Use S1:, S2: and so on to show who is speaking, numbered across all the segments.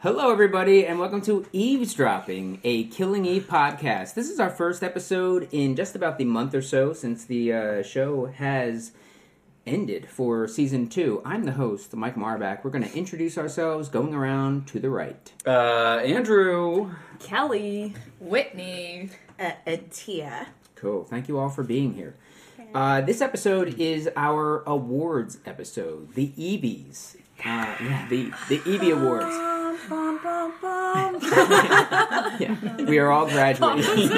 S1: Hello, everybody, and welcome to Eavesdropping, a Killing Eve podcast. This is our first episode in just about the month or so since the uh, show has ended for season two. I'm the host, Mike Marbach. We're going to introduce ourselves going around to the right.
S2: Uh, Andrew.
S3: Kelly.
S4: Whitney.
S3: Uh, and Tia.
S1: Cool. Thank you all for being here. Uh, this episode is our awards episode, the Eevees. Uh, yeah, the, the Evie Awards. yeah, we are all graduating.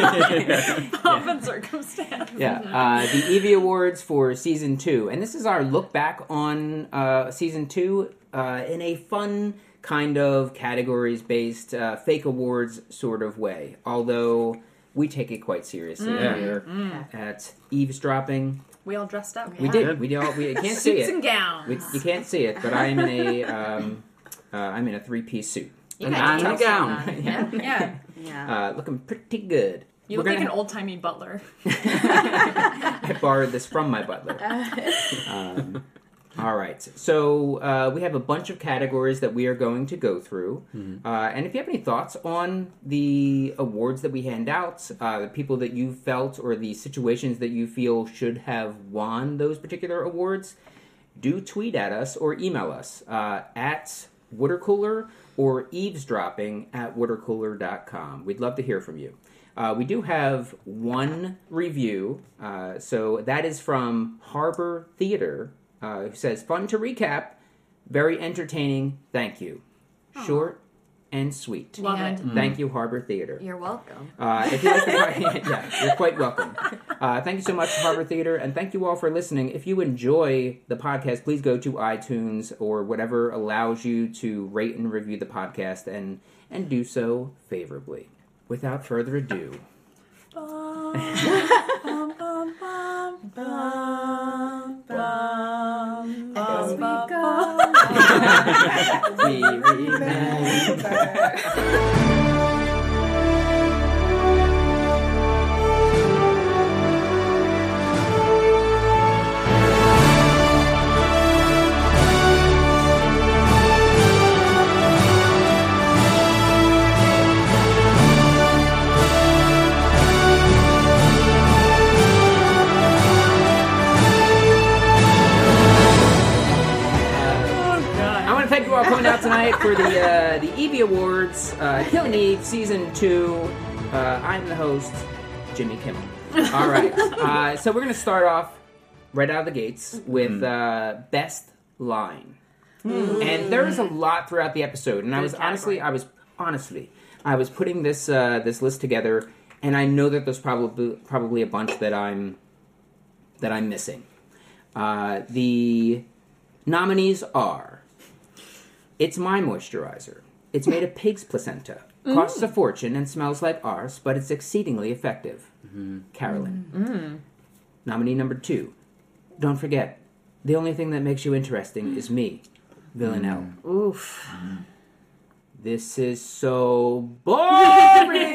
S4: Pomp and circumstance.
S1: yeah, uh, the Evie Awards for season two, and this is our look back on uh, season two uh, in a fun kind of categories based uh, fake awards sort of way. Although we take it quite seriously
S2: Mm.
S1: here at eavesdropping.
S4: We all dressed up.
S1: We did. We all. We you can't see
S4: Suits and
S1: it.
S4: gowns.
S1: We, you can't see it, but I am in a. Um, uh, I'm in a three piece suit.
S4: You
S1: And
S4: guys
S1: I'm in
S4: did
S1: a
S4: have some
S1: gown.
S4: on. Yeah. yeah.
S3: Yeah.
S1: Uh, looking pretty good.
S4: You
S1: We're
S4: look like
S1: gonna-
S4: an old timey butler.
S1: I borrowed this from my butler. Um, all right. So uh, we have a bunch of categories that we are going to go through. Uh, and if you have any thoughts on the awards that we hand out, uh, the people that you felt or the situations that you feel should have won those particular awards, do tweet at us or email us uh, at watercooler or eavesdropping at watercooler.com. We'd love to hear from you. Uh, we do have one review, uh, so that is from Harbor Theater, uh, who says, Fun to recap, very entertaining, thank you. Short and sweet.
S4: Love
S3: Yeah.
S4: it.
S1: Thank you, Harbor Theater.
S3: You're welcome.
S1: Uh, if you like the pod- yeah, you're quite welcome. Uh, thank you so much, Harbor Theater, and thank you all for listening. If you enjoy the podcast, please go to iTunes or whatever allows you to rate and review the podcast, and and do so favorably. Without further ado,
S3: As we go.
S1: we remember. I want to thank you all for coming out tonight for the uh, the Evie Awards, uh, Killing Eve Season Two. Uh, I'm the host, Jimmy Kimmel. All right, uh, so we're gonna start off right out of the gates with uh, best line, and there is a lot throughout the episode. And I was honestly, I was honestly, I was putting this uh, this list together, and I know that there's probably probably a bunch that I'm that I'm missing. Uh, the nominees are it's my moisturizer. It's made of pig's placenta. Costs a fortune and smells like arse, but it's exceedingly effective. Carolyn. Nominee number two. Don't forget, the only thing that makes you interesting is me, Villanelle. Mm-hmm.
S3: Oof.
S1: This is so boring.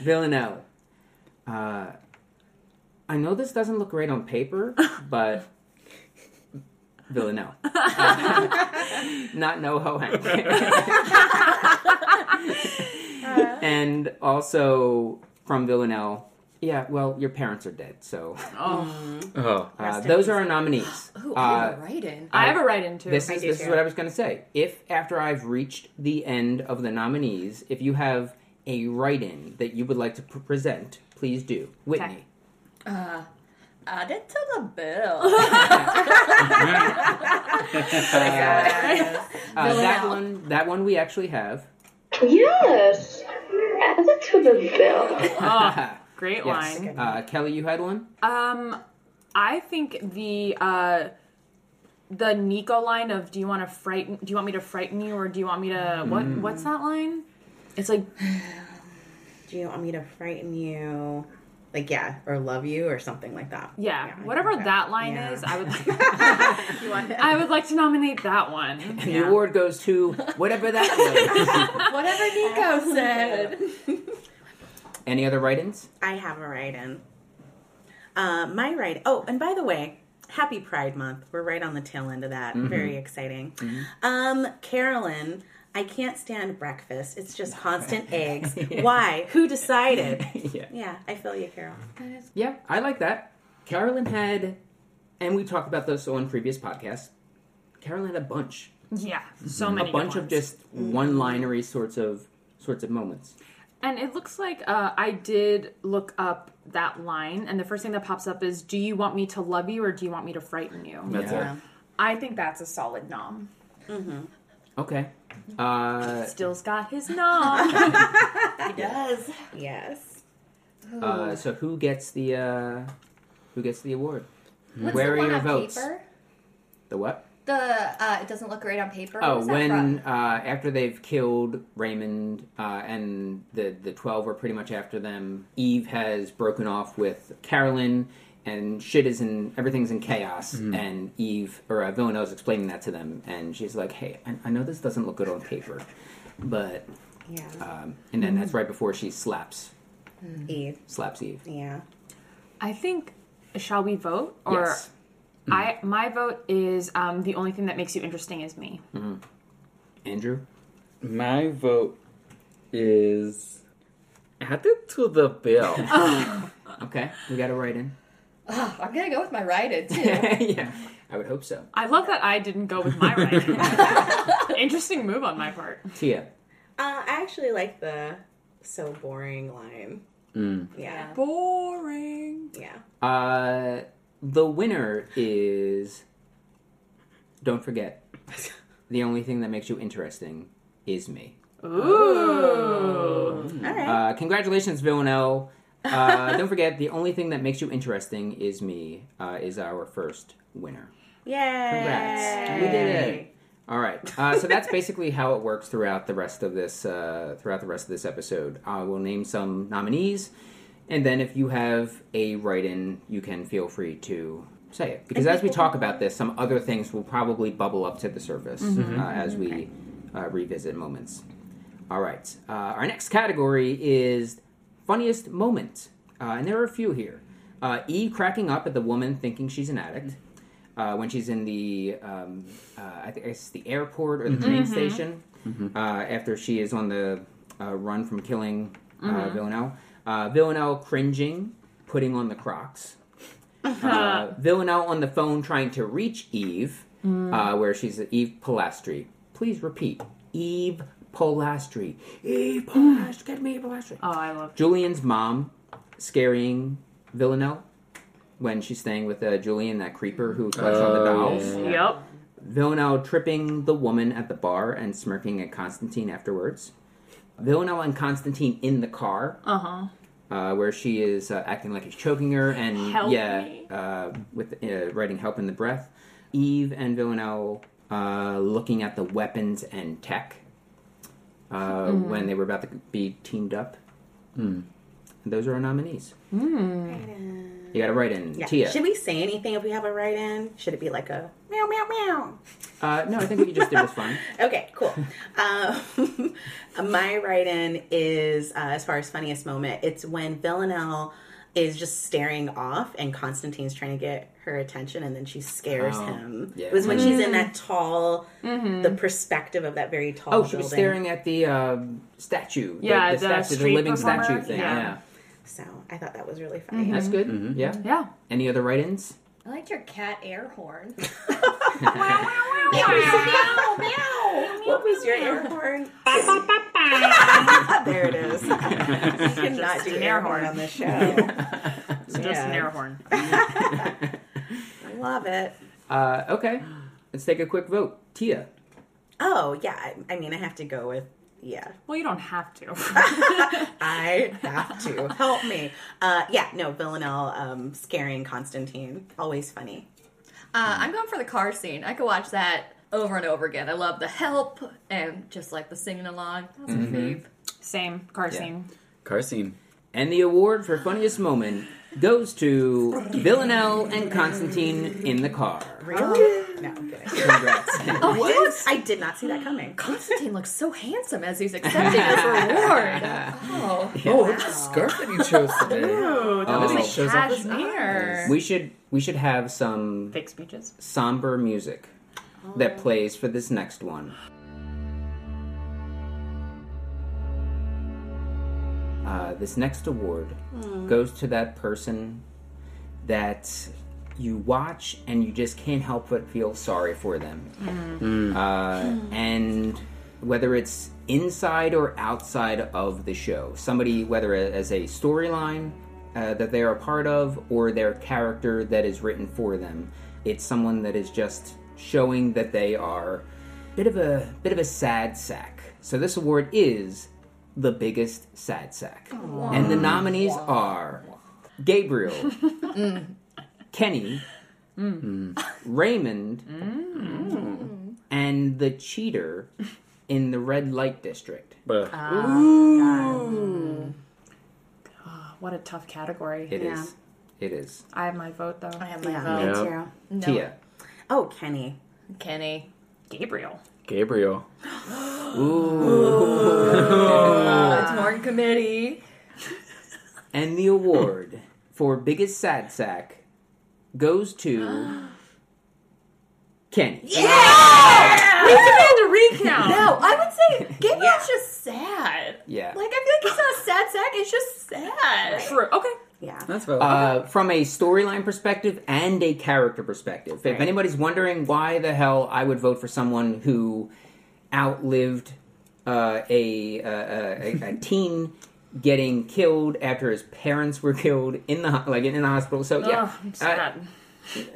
S1: Villanelle. Uh, I know this doesn't look great on paper, but Villanelle. Not no ho And also from Villanelle. Yeah, well, your parents are dead, so
S4: Oh.
S2: Oh,
S1: uh,
S3: Mm-hmm. Rest in
S1: those
S3: peace.
S1: are our nominees.
S5: Ooh, I
S1: Uh,
S5: have a write in.
S4: I have a write in too.
S1: this
S3: I
S1: is
S3: do
S1: this is
S3: too.
S1: what I was going to say. If after I've reached the end of the nominees, if you have a write-in that you would like to pr- present, please do. Whitney,
S5: Uh, add it to the bill.
S1: uh, that
S5: out.
S1: one that one we actually have.
S6: Yes, add it to the bill.
S4: Oh, great
S1: Yes.
S4: line.
S1: Uh, Kelly, you had one.
S4: Um, I think the uh, the Nico line of "Do you want to frighten? Do you want me to frighten you, or do you want me to what?
S1: Mm.
S4: What's that line? It's like
S3: Do you want me to frighten you? Like, yeah, or love you or something like that.
S4: yeah,
S3: I
S4: whatever
S3: think
S4: that line
S3: yeah.
S4: is. I would like, I would like to nominate that one.
S1: And The award goes to whatever that was.
S5: Whatever Nico said.
S1: Any other write-ins?
S3: I have a write in. Uh, my write. Oh, and by the way, happy Pride Month. We're right on the tail end of that. Very exciting. Um, Carolyn I can't stand breakfast. It's just constant eggs. Why? Who decided?
S1: yeah.
S3: Yeah, I feel you, Carol.
S1: Yeah, I like that. Carolyn had, and we talked about this on previous podcasts. Carolyn had a bunch,
S4: Yeah, so
S1: Mm-hmm.
S4: many.
S1: a
S4: good
S1: bunch of
S4: ones.
S1: just one-linery sorts of sorts of moments.
S4: And it looks like uh, I did look up that line, and the first thing that pops up is, "Do you want me to love you or do you want me to frighten you?"
S2: That's
S1: Yeah.
S2: it.
S4: I think that's a solid nom.
S1: Okay.
S4: Mm-hmm.
S1: Uh,
S4: Still's got his nom.
S5: He does.
S3: Yes.
S1: uh, so who gets the uh, who gets the award?
S7: What's
S1: Where
S7: the
S1: are
S7: one
S1: your
S7: on
S1: votes?
S7: Paper?
S1: The what?
S7: The uh, it doesn't look great on paper. Where
S1: Oh,
S7: was that
S1: when
S7: from?
S1: uh, after they've killed Raymond uh, and the the twelve are pretty much after them. Eve has broken off with Carolyn, and shit is in everything's in chaos. And Eve or uh, Villanelle's explaining that to them, and she's like, "Hey, I, I know this doesn't look good on paper, but."
S3: Yeah.
S1: Um, and then
S7: Mm-hmm.
S1: that's right before she slaps
S3: Eve.
S1: slaps Eve.
S3: Yeah.
S4: I think. Shall we vote? Or
S1: yes.
S4: I my vote is um, the only thing that makes you interesting is me.
S1: Andrew.
S2: My vote is added to the bill.
S1: Okay, we got to write in.
S7: Ugh, I'm gonna go with my righted too.
S1: yeah, I would hope so.
S4: I love that I didn't go with my right. Interesting move on my part.
S1: Tia.
S3: Uh, I actually like the so boring line.
S1: Mm.
S3: Yeah.
S4: Boring.
S3: Yeah.
S1: Uh, the winner is. Don't forget, the only thing that makes you interesting is me.
S4: Ooh.
S3: All right.
S1: Uh, congratulations, Villanelle. Uh, don't forget, the only thing that makes you interesting is me. Uh, is our first winner.
S3: Yay.
S1: Congrats. We did it. All right. Uh, so that's basically how it works throughout the rest of this uh, throughout the rest of this episode. I will name some nominees, and then if you have a write-in, you can feel free to say it. Because as we talk about this, some other things will probably bubble up to the surface uh, as we uh, revisit moments. All right. Uh, our next category is funniest moment, uh, and there are a few here. Uh, e cracking up at the woman thinking she's an addict uh, when she's in the um, uh, I think it's the airport or the train station uh, after she is on the uh, run from killing uh, Villanelle. Uh, Villanelle cringing, putting on the Crocs. Uh, Villanelle on the phone trying to reach Eve, uh, where she's Eve Pilastri. Please repeat, Eve Pilastri. Eve Pilastri, get me Eve Pilastri.
S4: Oh, I love.
S1: Julian's mom scaring Villanelle when she's staying with uh, Julian, that creeper who collects all the
S2: Oh,
S1: dolls.
S2: yeah.
S4: Yep.
S1: Villanelle tripping the woman at the bar and smirking at Constantine afterwards. Villanelle and Constantine in the car,
S4: Uh huh.
S1: uh, where she is uh, acting like he's choking her and
S4: Help
S1: yeah,
S4: me.
S1: uh, with uh, writing "help" in the breath. Eve and Villanelle uh, looking at the weapons and tech uh, when they were about to be teamed up. And those are our nominees. You got to write in
S3: Yeah.
S1: Tia.
S3: Should we say anything if we have a write in? Should it be like a meow, meow, meow?
S1: Uh, no, I think what you just did was fine.
S3: Okay, cool. um, my write in is, uh, as far as funniest moment, it's when Villanelle is just staring off and Constantine's trying to get her attention and then she scares
S1: Oh,
S3: him.
S1: yeah.
S3: It was when she's in that tall, the perspective of that very tall
S1: Oh, she
S3: building.
S1: was staring at the um, statue. the-
S4: Yeah,
S1: the,
S4: the
S1: statue, the
S4: street
S1: living
S4: performer.
S1: statue thing. Yeah,
S4: Yeah.
S3: So I thought that was really funny.
S1: that's good. Yeah.
S4: Yeah.
S1: Any other write-ins?
S7: I liked your cat air horn.
S3: What was your air horn? there it is. You cannot do
S4: an
S3: air
S4: air
S3: horn
S4: horn.
S3: on this show.
S4: It's just an
S3: Yeah.
S4: air horn.
S3: Love it.
S1: Uh, okay, let's take a quick vote. Tia.
S3: Oh yeah, I, I mean I have to go with yeah.
S4: Well, you don't have to.
S3: I have to help me. Uh, yeah, no Villanelle um, scaring Constantine. Always funny.
S7: Uh, I'm going for the car scene. I could watch that over and over again. I love the help and just like the singing along. That's a
S1: Mm-hmm.
S7: fave.
S4: Same car
S1: Yeah.
S4: scene.
S2: Car scene.
S1: And the award for funniest moment goes to Villanelle and Constantine in the car.
S3: Really? Um, No, I'm kidding.
S1: Congrats.
S3: What? I did not see that coming.
S7: Constantine looks so handsome as he's accepting his reward. Oh,
S2: Oh, look at the scarf that he chose today.
S4: Oh,
S1: that was like
S2: shows off his
S7: cashmere.
S1: we should we should have some
S4: Fake speeches.
S1: somber music that plays for this next one. uh, this next award goes to that person that you watch and you just can't help but feel sorry for them. Uh, and whether it's inside or outside of the show, somebody, whether as a storyline uh, that they're a part of or their character that is written for them, it's someone that is just showing that they are bit of a bit of a sad sack. So this award is the biggest sad sack, and the nominees are Gabriel, Kenny, Raymond, and the cheater in the red light district.
S2: But
S4: What a tough category.
S1: It is.
S3: Yeah.
S1: It is.
S4: I have my vote though.
S7: I have my
S3: Yeah,
S7: vote.
S3: me
S2: Yep.
S3: too.
S7: No,
S1: Tia.
S3: Um, Oh, Kenny.
S7: Kenny.
S4: Gabriel.
S2: Gabriel.
S1: Uh,
S7: Oh, it's more in committee.
S1: And the award for biggest sad sack goes to Kenny.
S4: I demand a recount.
S7: No, I would say Gabriel's just sad.
S1: Yeah.
S7: Like I feel like he's not a sad sack. It's just sad.
S4: True. Okay.
S3: Yeah.
S2: That's valid.
S1: Uh, from a storyline perspective and a character perspective. If anybody's wondering why the hell I would vote for someone who outlived uh, a, uh, a a- a teen getting killed after his parents were killed in the ho- like in the hospital, so yeah,
S4: Ugh, Oh, I'm
S1: Uh,
S4: sad.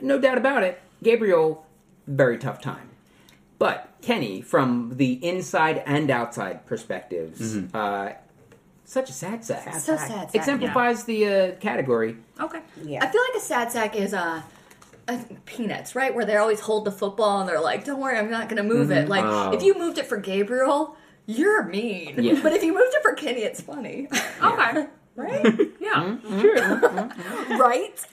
S1: no doubt about it, Gabriel, very tough time. But Kenny, from the inside and outside perspectives, uh, such a sad sack.
S7: So sad. sack.
S1: Exemplifies the uh, category.
S4: okay.
S3: Yeah.
S7: I feel like a sad sack is uh, uh, peanuts, right? Where they always hold the football and they're like, "Don't worry, I'm not gonna move it." Like
S2: Oh.
S7: if you moved it for Gabriel, you're mean.
S1: Yeah.
S7: But if you moved it for Kenny, it's funny,
S4: Okay.
S7: right?
S4: Yeah.
S1: Hmm?
S7: right?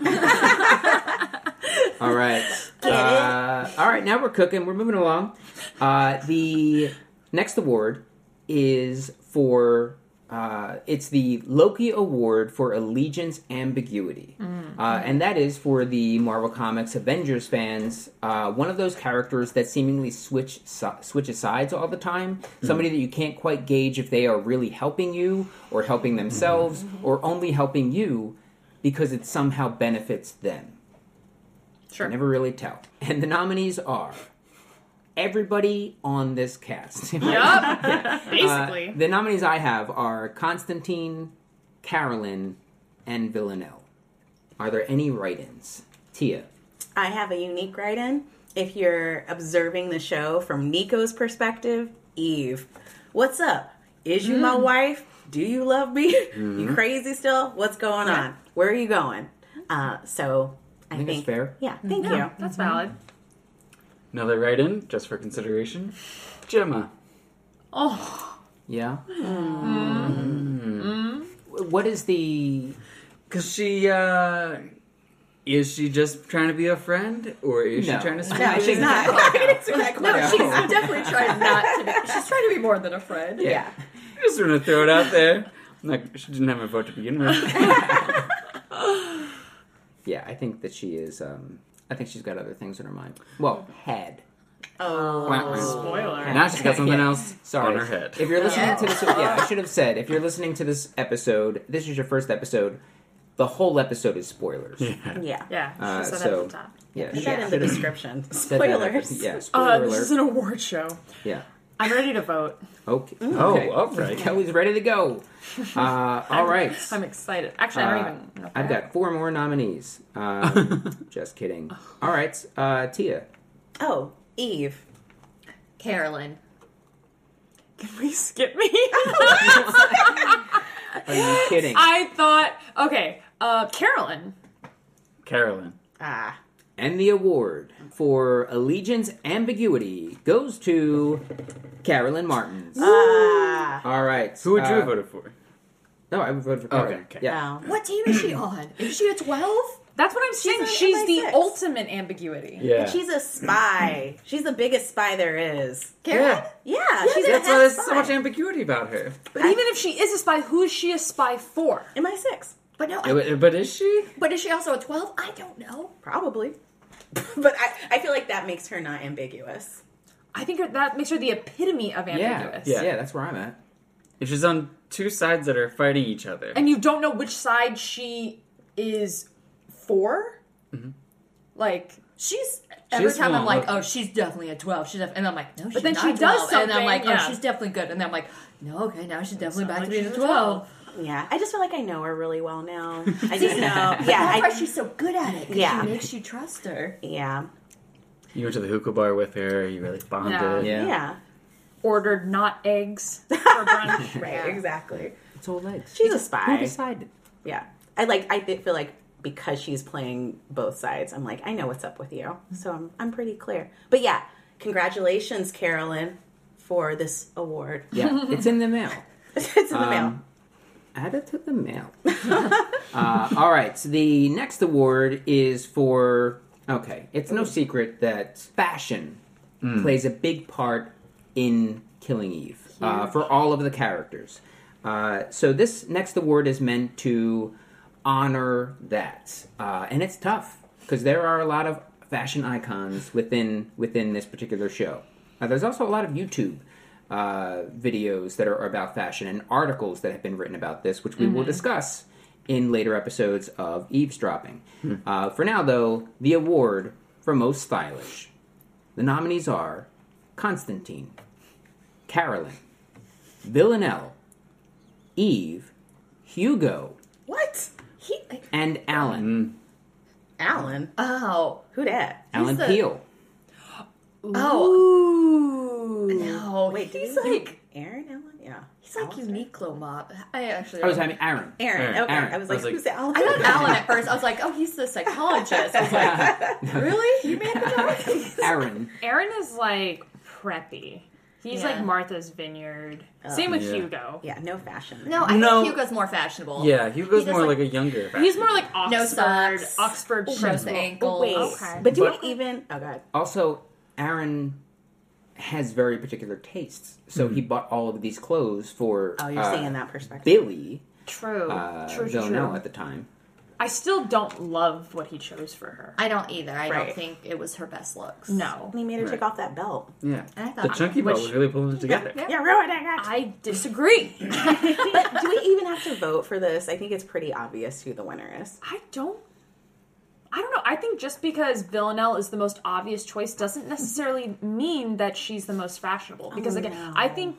S1: All right. uh, all right, now we're cooking. We're moving along. Uh, the next award is for uh, it's the Loki Award for Allegiance Ambiguity, uh, and that is for the Marvel Comics Avengers fans. Uh, one of those characters that seemingly switch si- switches sides all the time. Somebody that you can't quite gauge if they are really helping you or helping themselves or only helping you because it somehow benefits them.
S4: Sure.
S1: Never really tell. And the nominees are everybody on this cast.
S4: Yup. Basically.
S1: Uh, the nominees I have are Constantine, Carolyn, and Villanelle. Are there any write-ins? Tia.
S3: I have a unique write in. If you're observing the show from Nico's perspective, Eve, what's up? Is you my wife? Do you love me? You crazy still? What's going on? Where are you going? Uh, so I,
S1: think
S3: think,
S1: it's fair.
S3: Yeah, thank you.
S4: That's valid.
S2: Another write in, just for consideration. Gemma.
S4: Oh,
S1: Yeah. Mm. What is the
S2: Because she, uh. Is she just trying to be a friend? Or is
S1: No.
S2: she trying to speak?
S3: No, she's not.
S7: No, she's definitely trying not to. Be, she's trying to be more than a friend.
S3: Yeah.
S2: I just want to throw it out there. I'm Like, she didn't have a vote to begin with.
S1: Yeah, I think that she is um I think she's got other things in her mind. Well, had.
S4: spoiler.
S2: now she's got something else
S1: Sorry.
S2: on her head.
S1: If you're listening to this, yeah, I should have said. If you're listening to this episode, this is your first episode. The whole episode is spoilers. Yeah,
S3: Yeah.
S4: Yeah.
S1: Uh,
S4: she said that
S1: so-
S4: at the top.
S3: Put
S1: should-
S3: that in the
S1: should have
S3: description.
S1: said that.
S3: Spoilers.
S1: Yeah, spoiler
S4: Uh, this
S1: alert.
S4: is an award show.
S1: yeah.
S4: I'm ready to vote.
S1: Okay.
S2: Oh, all right.
S1: Kelly's ready to go. Uh, all right.
S4: I'm excited. Actually,
S1: Uh,
S4: I don't even know.
S1: I've got four more nominees. Um, just kidding. All right, uh, Tia.
S3: Oh, Eve.
S7: Carolyn.
S4: Can we skip me?
S1: Are you kidding?
S4: I thought. Okay. Uh, Carolyn.
S2: Carolyn.
S3: Ah.
S1: And the award for Allegiance Ambiguity goes to Carolyn Martins.
S3: Ah.
S1: All right.
S2: Who would you
S1: uh,
S2: have voted for?
S1: No, I would vote for
S2: Okay,
S1: Carolyn.
S2: okay.
S1: Yeah.
S3: Wow.
S7: What team is she on? Is she a twelve?
S4: That's what I'm saying.
S3: on
S4: She's the
S3: MI6.
S4: ultimate ambiguity.
S2: Yeah.
S3: She's a spy. She's the biggest spy there is.
S7: Carolyn.
S3: Yeah, she's
S2: That's
S3: a
S2: why there's so
S3: spy.
S2: much ambiguity about her.
S4: But even if she is a spy, who is she a spy for?
S3: Am I six?
S7: But no, I,
S2: But but is she?
S7: but is she also a twelve? I don't know.
S3: Probably. but I, I feel like that makes her not ambiguous.
S4: I think that makes her the epitome of
S1: Yeah.
S4: ambiguous.
S1: yeah. That's where I'm at.
S2: and she's on two sides that are fighting each other.
S4: and you don't know which side she is for. Like,
S5: She's every
S2: She's
S5: time I'm
S2: one,
S5: like,
S2: okay.
S5: oh, she's definitely a twelve. She's def-, and I'm like, no, she's
S4: then
S5: not
S4: she does
S5: 12. And I'm
S4: something,
S5: like,
S4: yeah.
S5: oh, she's definitely good. And then I'm like, no, okay, now she's definitely back
S4: like
S5: to being a
S4: she's a
S5: twelve.
S3: Yeah, I just feel like I know her really well now. I just know. Yeah,
S5: That's why
S3: I,
S5: she's so good at it. 'cause
S3: Yeah.
S5: she makes you trust her.
S3: yeah,
S2: You went to the hookah bar with her. You really bonded.
S1: Yeah.
S3: yeah.
S4: ordered not eggs for brunch.
S3: Right, exactly.
S1: It's all legs.
S3: She's a spy.
S1: Who decided?
S3: Yeah, I like. I thi- feel like because she's playing both sides, I'm like, I know what's up with you, so I'm I'm pretty clear. But yeah, congratulations, Carolyn, for this award.
S1: Yeah, it's in the mail.
S3: it's in the mail.
S1: Um, Add it to the mail. uh, all right. So the next award is for. Okay, it's no secret that fashion plays a big part in Killing Eve uh, for all of the characters. Uh, so this next award is meant to honor that, uh, and it's tough because there are a lot of fashion icons within within this particular show. Uh, there's also a lot of YouTube uh, videos that are about fashion and articles that have been written about this, which we will discuss in later episodes of eavesdropping. Uh, for now, though, the award for most stylish. The nominees are Constantine, Carolyn, Villanelle, Eve, Hugo,
S3: What?
S5: He,
S1: and
S4: Mm.
S1: Alan.
S3: Alan?
S5: oh,
S3: Who that?
S1: Alan
S5: the-
S1: Peel.
S5: oh,
S4: Ooh.
S5: no,
S3: Oh, Wait, did
S5: he's
S3: you-
S5: like.
S3: Aaron Allen? Yeah.
S5: He's like Uniqlo mob. I actually.
S1: Oh, I was having Aaron.
S3: Aaron.
S2: Aaron.
S3: Okay.
S1: Aaron.
S3: I was like,
S2: I was like-
S3: who's Alan?
S5: I thought Alan at first. I was like, oh, he's the psychologist. I was like, really? You made the dog?
S1: Aaron.
S4: Aaron is like preppy. He's
S5: Yeah.
S4: like Martha's Vineyard. Same with
S2: Yeah.
S4: Hugo.
S3: yeah, no fashion. there.
S5: No, I
S2: No.
S5: think Hugo's more fashionable.
S2: Yeah, Hugo's
S5: He does,
S2: more
S5: like-
S2: like, a younger.
S4: He's more like Oxford.
S5: No socks.
S4: Oxford
S5: Shows the
S4: principal.
S5: ankles.
S3: Wait,
S4: Okay.
S3: but do
S2: But-
S3: we even? Oh god.
S1: Also, Aaron has very particular tastes, so
S4: Mm.
S1: he bought all of these clothes for
S3: Oh, you're
S1: uh,
S3: seeing that perspective.
S1: Billy
S4: True.
S1: uh,
S4: true. True.
S1: Villanelle
S4: True.
S1: at the time.
S4: I still don't love what he chose for her.
S5: I don't either. I
S3: Right.
S5: don't think it was her best looks.
S4: No.
S3: And he made her take off that belt.
S2: yeah.
S5: And I thought
S2: The chunky belt
S4: which-
S2: was really pulling it together.
S3: Yeah, ruined it. guys.
S4: I disagree.
S3: but do we even have to vote for this? I think it's pretty obvious who the winner is.
S4: I don't. I don't know. I think just because Villanelle is the most obvious choice doesn't necessarily mean that she's the most fashionable.
S5: Oh,
S4: Because again, I think,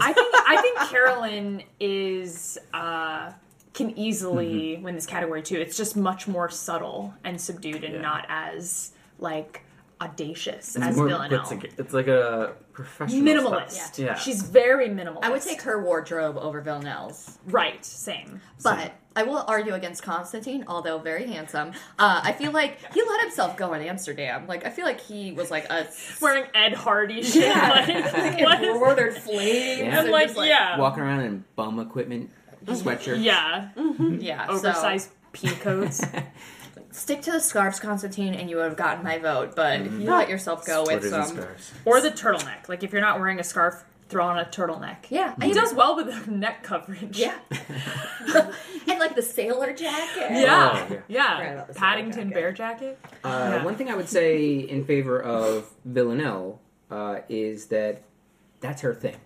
S4: I think, I think Carolyn is uh, can easily
S2: Mm-hmm.
S4: win this category too. It's just much more subtle and subdued, and
S2: Yeah.
S4: not as like audacious
S2: It's
S4: as
S2: more- it's,
S4: Villanelle.
S2: like, it's like a professional style.
S4: Minimalist.
S2: Yeah.
S4: She's very minimalist.
S5: I would take her wardrobe over Villanelle's.
S4: right. Same.
S5: But I will argue against Constantine, although very handsome. Uh, I feel like he let himself go in Amsterdam. Like I feel like he was like a
S4: Wearing Ed Hardy shit. like, what is-
S5: embroidered flames.
S1: Yeah.
S4: and
S5: and
S4: like,
S5: just, like
S4: yeah.
S1: Walking around in bum equipment, sweatshirt.
S4: Oh. Mm-hmm. Yeah,
S5: yeah, so-
S4: oversized pea coats.
S5: stick to the scarves, Constantine, and you would have gotten my vote. But
S4: Mm-hmm.
S5: you let yourself go with
S2: Splitters and
S5: some.
S2: scarves.
S4: or the turtleneck. Like if you're not wearing a scarf, throw on a turtleneck.
S5: Yeah,
S4: he does well with the neck coverage.
S5: Yeah. and like the sailor jacket.
S4: yeah,
S2: Oh, yeah.
S4: yeah.
S3: Forgot about the sailor
S4: Paddington
S3: jacket.
S4: bear jacket.
S1: Uh,
S4: Yeah.
S1: One thing I would say in favor of Villanelle uh, is that that's her thing.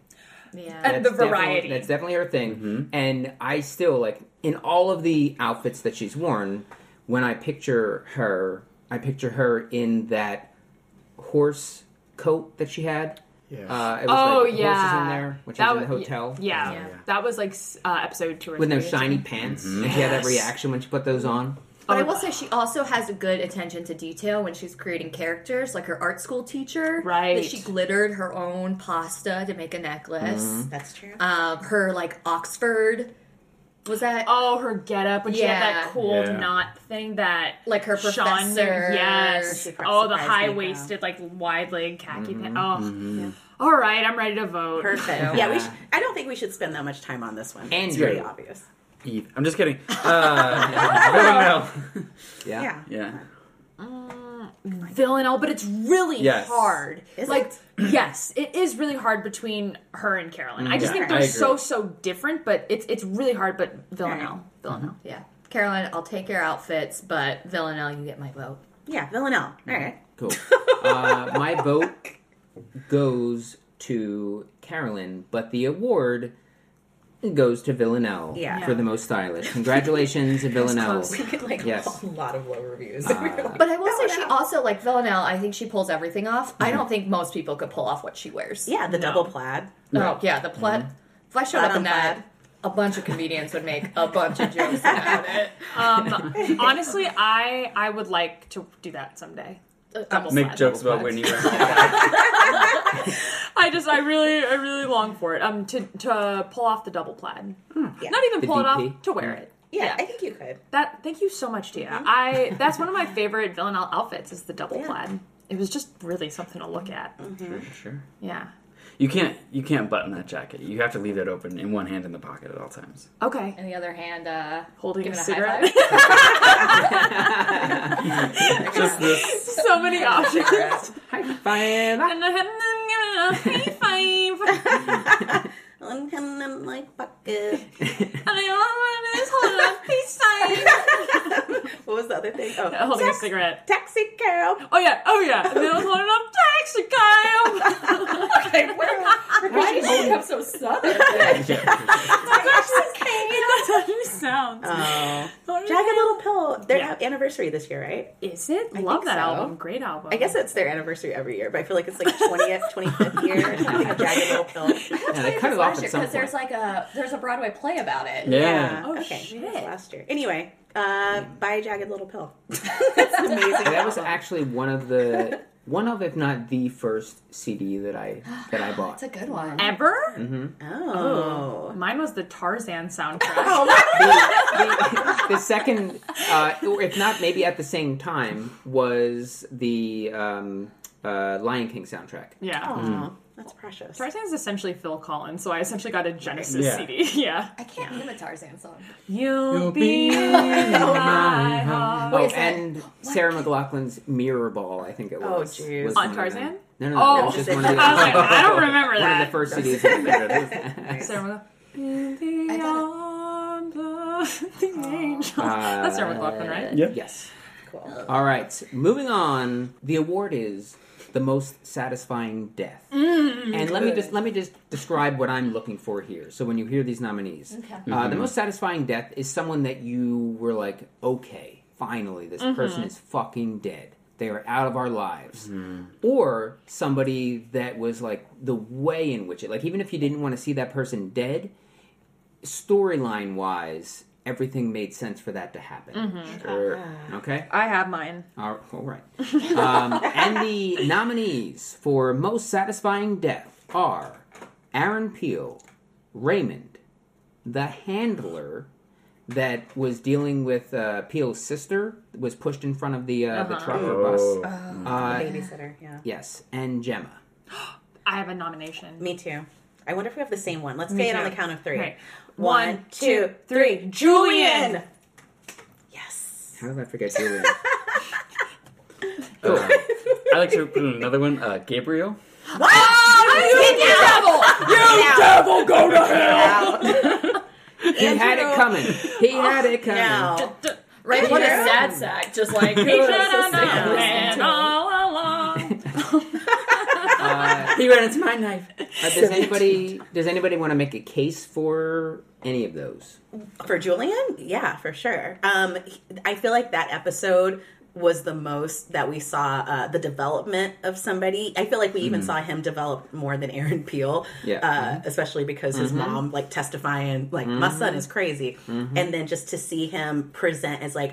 S5: Yeah.
S4: And-
S1: That's
S4: Uh, the
S1: definitely-
S4: variety.
S1: That's definitely her thing. And I still like in all of the outfits that she's worn. When I picture her, I picture her in that horse coat that she had.
S2: Yeah.
S1: Uh, it was
S4: Oh
S1: like horses
S4: yeah,
S1: in there, which
S4: That
S1: was in the
S4: wa- y-
S1: hotel.
S4: Yeah,
S5: Yeah.
S4: that was like s- uh, episode two or
S1: With
S4: three.
S1: no shiny pants, and she had that
S4: Yes.
S1: reaction when she put those on.
S5: But I will say she also has a good attention to detail when she's creating characters, like her art school teacher.
S4: Right.
S5: That she glittered her own pasta to make a necklace.
S3: Ah, That's true.
S5: Um, her like Oxford was that
S4: Oh, her getup when she had that
S5: Yeah.
S4: cool
S2: Yeah.
S4: knot thing that
S5: like her professor.
S4: Sean, yes,
S3: She surprised
S4: oh the
S3: me, though.
S4: high waisted like wide leg khaki
S2: Mm-hmm.
S4: pants. Oh, all right, I'm ready to vote.
S3: Perfect. Yeah, we. Sh- I don't think we should spend that much time on this one.
S1: And
S3: it's pretty
S1: you.
S3: obvious.
S2: Eve. I'm just kidding. Uh, Villanelle.
S1: Yeah.
S3: Yeah.
S2: Yeah.
S4: Villanelle, oh, but it's really
S2: Yes.
S4: hard.
S3: Is
S4: like, yes, it is really hard between her and Carolyn. I just
S2: Yeah,
S4: think
S2: I
S4: they're so
S2: agree.
S4: so different, but it's it's really hard. But Villanelle, Villanelle.
S5: Yeah. Caroline, I'll take your outfits, but Villanelle, you get my vote.
S3: Yeah, Villanelle. All right.
S1: Cool. Uh, my vote goes to Carolyn, but the award goes to Villanelle
S3: Yeah.
S1: for the most stylish. Congratulations, Villanelle.
S3: We get like
S1: Yes.
S3: a lot of low reviews.
S7: But I will
S3: That
S7: say
S3: would
S7: she
S3: happen.
S7: also like Villanelle. I think she pulls everything off. I don't think most people could pull off what she wears.
S3: yeah, the double plaid.
S7: Oh yeah, the plaid. If I showed
S3: Plaid
S7: up in
S3: on
S7: that,
S3: plaid.
S7: a bunch of comedians would make a bunch of jokes about it.
S4: Um, honestly, I I would like to do that someday.
S7: A double
S2: Make
S7: plaid.
S2: jokes about when you were
S4: I just I really I really long for it. Um, to to pull off the double plaid,
S3: Hmm. Yeah.
S4: not even
S1: The
S4: pull it
S1: DP?
S4: off to wear it.
S3: Yeah, I think you could.
S4: That thank you so much, Tia.
S3: Mm-hmm.
S4: I that's one of my favorite Villanelle outfits is the double plaid. It was just really something to look at.
S3: Mm-hmm.
S2: Sure, sure.
S4: Yeah.
S2: You can't you can't button that jacket. You have to leave that open in one hand in the pocket at all times.
S4: Okay.
S7: On the other hand, uh,
S4: Holding
S7: giving
S4: a
S7: a
S4: cigarette.
S7: high five.
S2: Just this
S4: so many options.
S1: High five.
S4: And I had them give it a high five.
S3: I'm kinda like bucket.
S4: And I always hold a peace sign.
S3: what was the other thing? Oh,
S4: Holding a
S3: tax-
S4: cigarette.
S3: Taxi cab.
S4: Oh yeah, oh yeah. And then I was holding up taxi cab.
S3: Like, where?
S7: Why did she become so southern?
S4: That's how you sound.
S3: Oh.
S4: Holding
S3: Jagged Little Pill. Their
S4: Yeah.
S3: anniversary this year, right?
S4: Is it? Love
S7: think
S4: that
S7: so.
S4: album. Great album.
S3: I guess it's their anniversary every year, but I feel like it's like 20th, 25th year or something of Jagged Little Pill.
S1: Yeah, they cut it off at some
S7: because
S1: point.
S7: there's like a there's a Broadway play about it.
S2: Yeah.
S4: Oh,
S3: okay.
S4: shit.
S3: That's Last year. Anyway, uh, buy Jagged Little Pill. it's an
S1: Yeah,
S3: amazing.
S1: that was actually one of the one of, if not the first CD that I that I bought.
S7: It's a good one.
S4: Ever?
S3: Oh.
S4: Mine was the Tarzan soundtrack.
S3: Oh,
S1: the, the second, uh, or if not maybe at the same time, was the um, uh, Lion King soundtrack.
S4: yeah.
S3: Aw, that's precious.
S4: Tarzan is essentially Phil Collins, so I essentially got a Genesis
S2: Yeah.
S4: CD. Yeah.
S7: I can't name a Tarzan song.
S4: You'll,
S2: be
S4: be in my heart.
S1: Oh,
S7: is that?
S1: and Sarah McLaughlin's Mirror Ball, I think it
S3: Oh,
S1: was.
S3: jeez.
S1: was
S4: On
S1: one of them.
S4: Tarzan?
S1: No, no, no.
S4: Oh.
S1: It was just one of the,
S4: I was like, I don't remember
S1: one of the
S4: that.
S1: first CDs that I
S3: Nice.
S4: Sarah McLachlan. In the
S7: I
S4: arms of the
S3: Oh.
S4: angels.
S1: uh,
S4: That's Sarah McLachlan, right?
S2: Yep.
S1: Yes.
S3: Cool.
S1: All right, moving on. The award is the most satisfying death.
S4: Mm,
S1: and let me just let me just describe what I'm looking for here. So when you hear these nominees, uh, the most satisfying death is someone that you were like, okay, finally, this person is fucking dead. They are out of our lives. Or somebody that was like the way in which it, like, even if you didn't want to see that person dead, storyline wise, everything made sense for that to happen. Sure. Okay.
S4: I have mine.
S1: All all right. Um, and the nominees for most satisfying death are Aaron Peel, Raymond, the handler that was dealing with uh, Peel's sister was pushed in front of the uh, the truck or
S2: Oh.
S1: bus. Uh,
S3: Babysitter, yeah.
S1: yes, and Gemma.
S4: I have a nomination.
S3: Me too. I wonder if we have the same one. Let's say it on
S4: too.
S3: the count of three.
S4: Right.
S3: One, two, three. Julian! Yes.
S1: How did I forget Julian?
S2: Uh, I like to put in another one. Uh, Gabriel.
S1: Devil, go to hell!
S3: Wow.
S1: He had it coming. He had it coming.
S3: Now.
S7: Right, what a
S3: Yeah.
S7: sad sack. Just like he
S4: Should have known it all along.
S1: Uh,
S2: He ran into my knife.
S1: Uh, does anybody does anybody want to make a case for any of those?
S3: For Julian? Yeah, for sure. Um, he- I feel like that episode was the most that we saw uh, the development of somebody. I feel like we even saw him develop more than Aaron Peel,
S1: Mm-hmm. Yeah. Mm-hmm.
S3: uh, especially because his mom like testifying like my son is crazy, and then just to see him present as like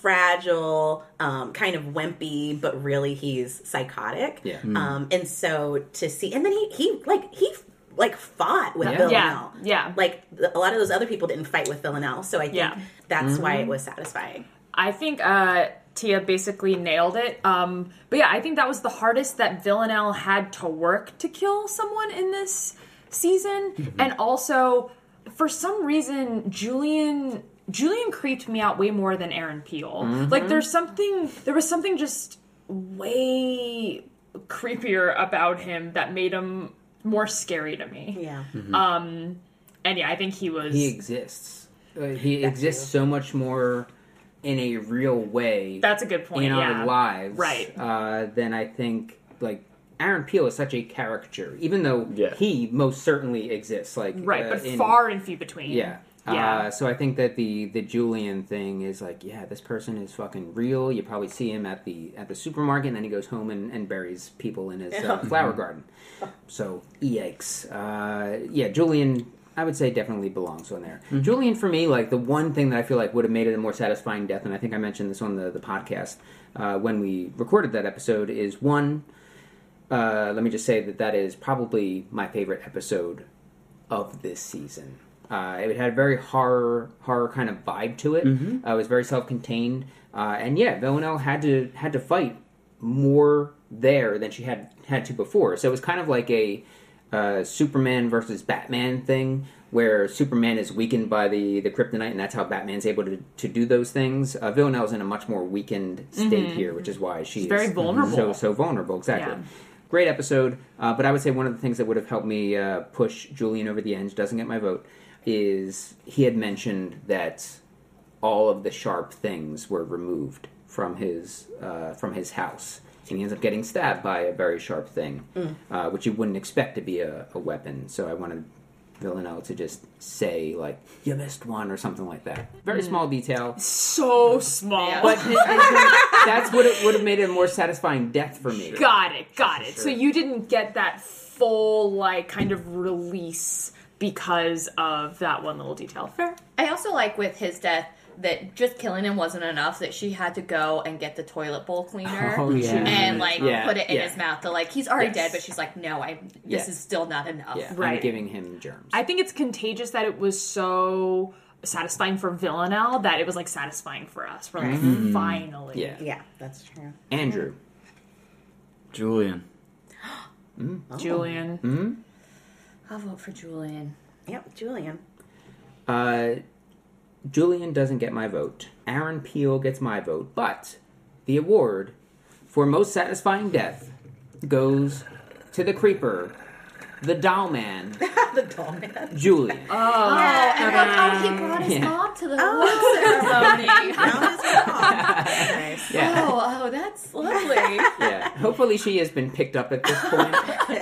S3: fragile, um, kind of wimpy, but really he's psychotic.
S1: Yeah. Mm-hmm.
S3: Um, and so to see, and then he he like he like fought with Bill
S4: Yeah, yeah.
S3: like th- a lot of those other people didn't fight with Villanelle, so I think
S4: Yeah.
S3: that's why it was satisfying.
S4: I think uh, Tia basically nailed it. Um, but yeah, I think that was the hardest that Villanelle had to work to kill someone in this season,
S1: Mm-hmm.
S4: and also for some reason Julian. Julian creeped me out way more than Aaron Peel.
S1: Mm-hmm.
S4: Like there's something there was something just way creepier about him that made him more scary to me.
S3: Yeah,
S4: And yeah, I think he was
S1: He exists. Uh, he exists so much more in a real way
S4: that's a good point.
S1: in
S4: yeah.
S1: our lives,
S4: Right.
S1: Uh, than I think like Aaron Peel is such a caricature, even though
S2: Yeah.
S1: he most certainly exists. Like
S4: right,
S1: uh,
S4: but
S1: in-
S4: far and few between.
S1: Yeah.
S4: Yeah.
S1: Uh, so I think that the the Julian thing is like, yeah, this person is fucking real. You probably see him at the at the supermarket, and then he goes home and, and buries people in his uh, flower garden. So yikes. Uh, yeah, Julian. I would say definitely belongs on there. Julian, for me, like the one thing that I feel like would have made it a more satisfying death, and I think I mentioned this on the the podcast uh, when we recorded that episode, is one. Uh, let me just say that that is probably my favorite episode of this season. Uh, it had a very horror horror kind of vibe to it.
S4: Mm-hmm.
S1: Uh, it was very self contained, uh, and yeah, Villanelle had to had to fight more there than she had had to before. So it was kind of like a uh, Superman versus Batman thing, where Superman is weakened by the the kryptonite, and that's how Batman's able to, to do those things. Uh, Villanelle's in a much more weakened state here, which is why she's
S4: Mm-hmm. very vulnerable.
S1: So so vulnerable, exactly.
S4: Yeah.
S1: Great episode, uh, but I would say one of the things that would have helped me uh, push Julian over the edge doesn't get my vote is he had mentioned that all of the sharp things were removed from his uh, from his house, and he ends up getting stabbed by a very sharp thing, uh, which you wouldn't expect to be a, a weapon. So I wanted Villanelle to just say like you missed one or something like that. Very small detail,
S4: So small.
S7: Yeah.
S1: but that's what it would have made it a more satisfying death for me.
S4: Got it, got it. So you didn't get that full, like, kind of release because of that one little detail. Fair.
S7: I also like with his death that just killing him wasn't enough. That she had to go and get the toilet bowl cleaner.
S1: Oh, yeah.
S7: And like
S1: Yeah,
S7: put it in
S1: yeah.
S7: his mouth. To like he's already
S1: Yes.
S7: dead, but she's like, no, I. This
S1: Yes.
S7: is still not enough.
S1: Yeah, I'm
S4: Right.
S1: giving him germs.
S4: I think it's contagious that it was so satisfying for Villanelle that it was, like, satisfying for us. We're like, finally.
S1: yeah.
S3: Yeah, that's true.
S1: Andrew.
S2: Julian.
S4: Julian.
S7: I'll vote for Julian.
S3: Yep, Julian.
S1: Uh, Julian doesn't get my vote. Aaron Peel gets my vote. But the award for most satisfying death goes to the creeper, the doll man,
S3: the doll man.
S1: Julian.
S7: Oh, and Oh. like, oh, he brought his
S1: Yeah.
S7: mom to the
S3: Oh,
S7: award ceremony.
S3: Down is down. nice.
S1: yeah.
S7: Oh, oh, that's lovely.
S1: yeah. Hopefully she has been picked up at this point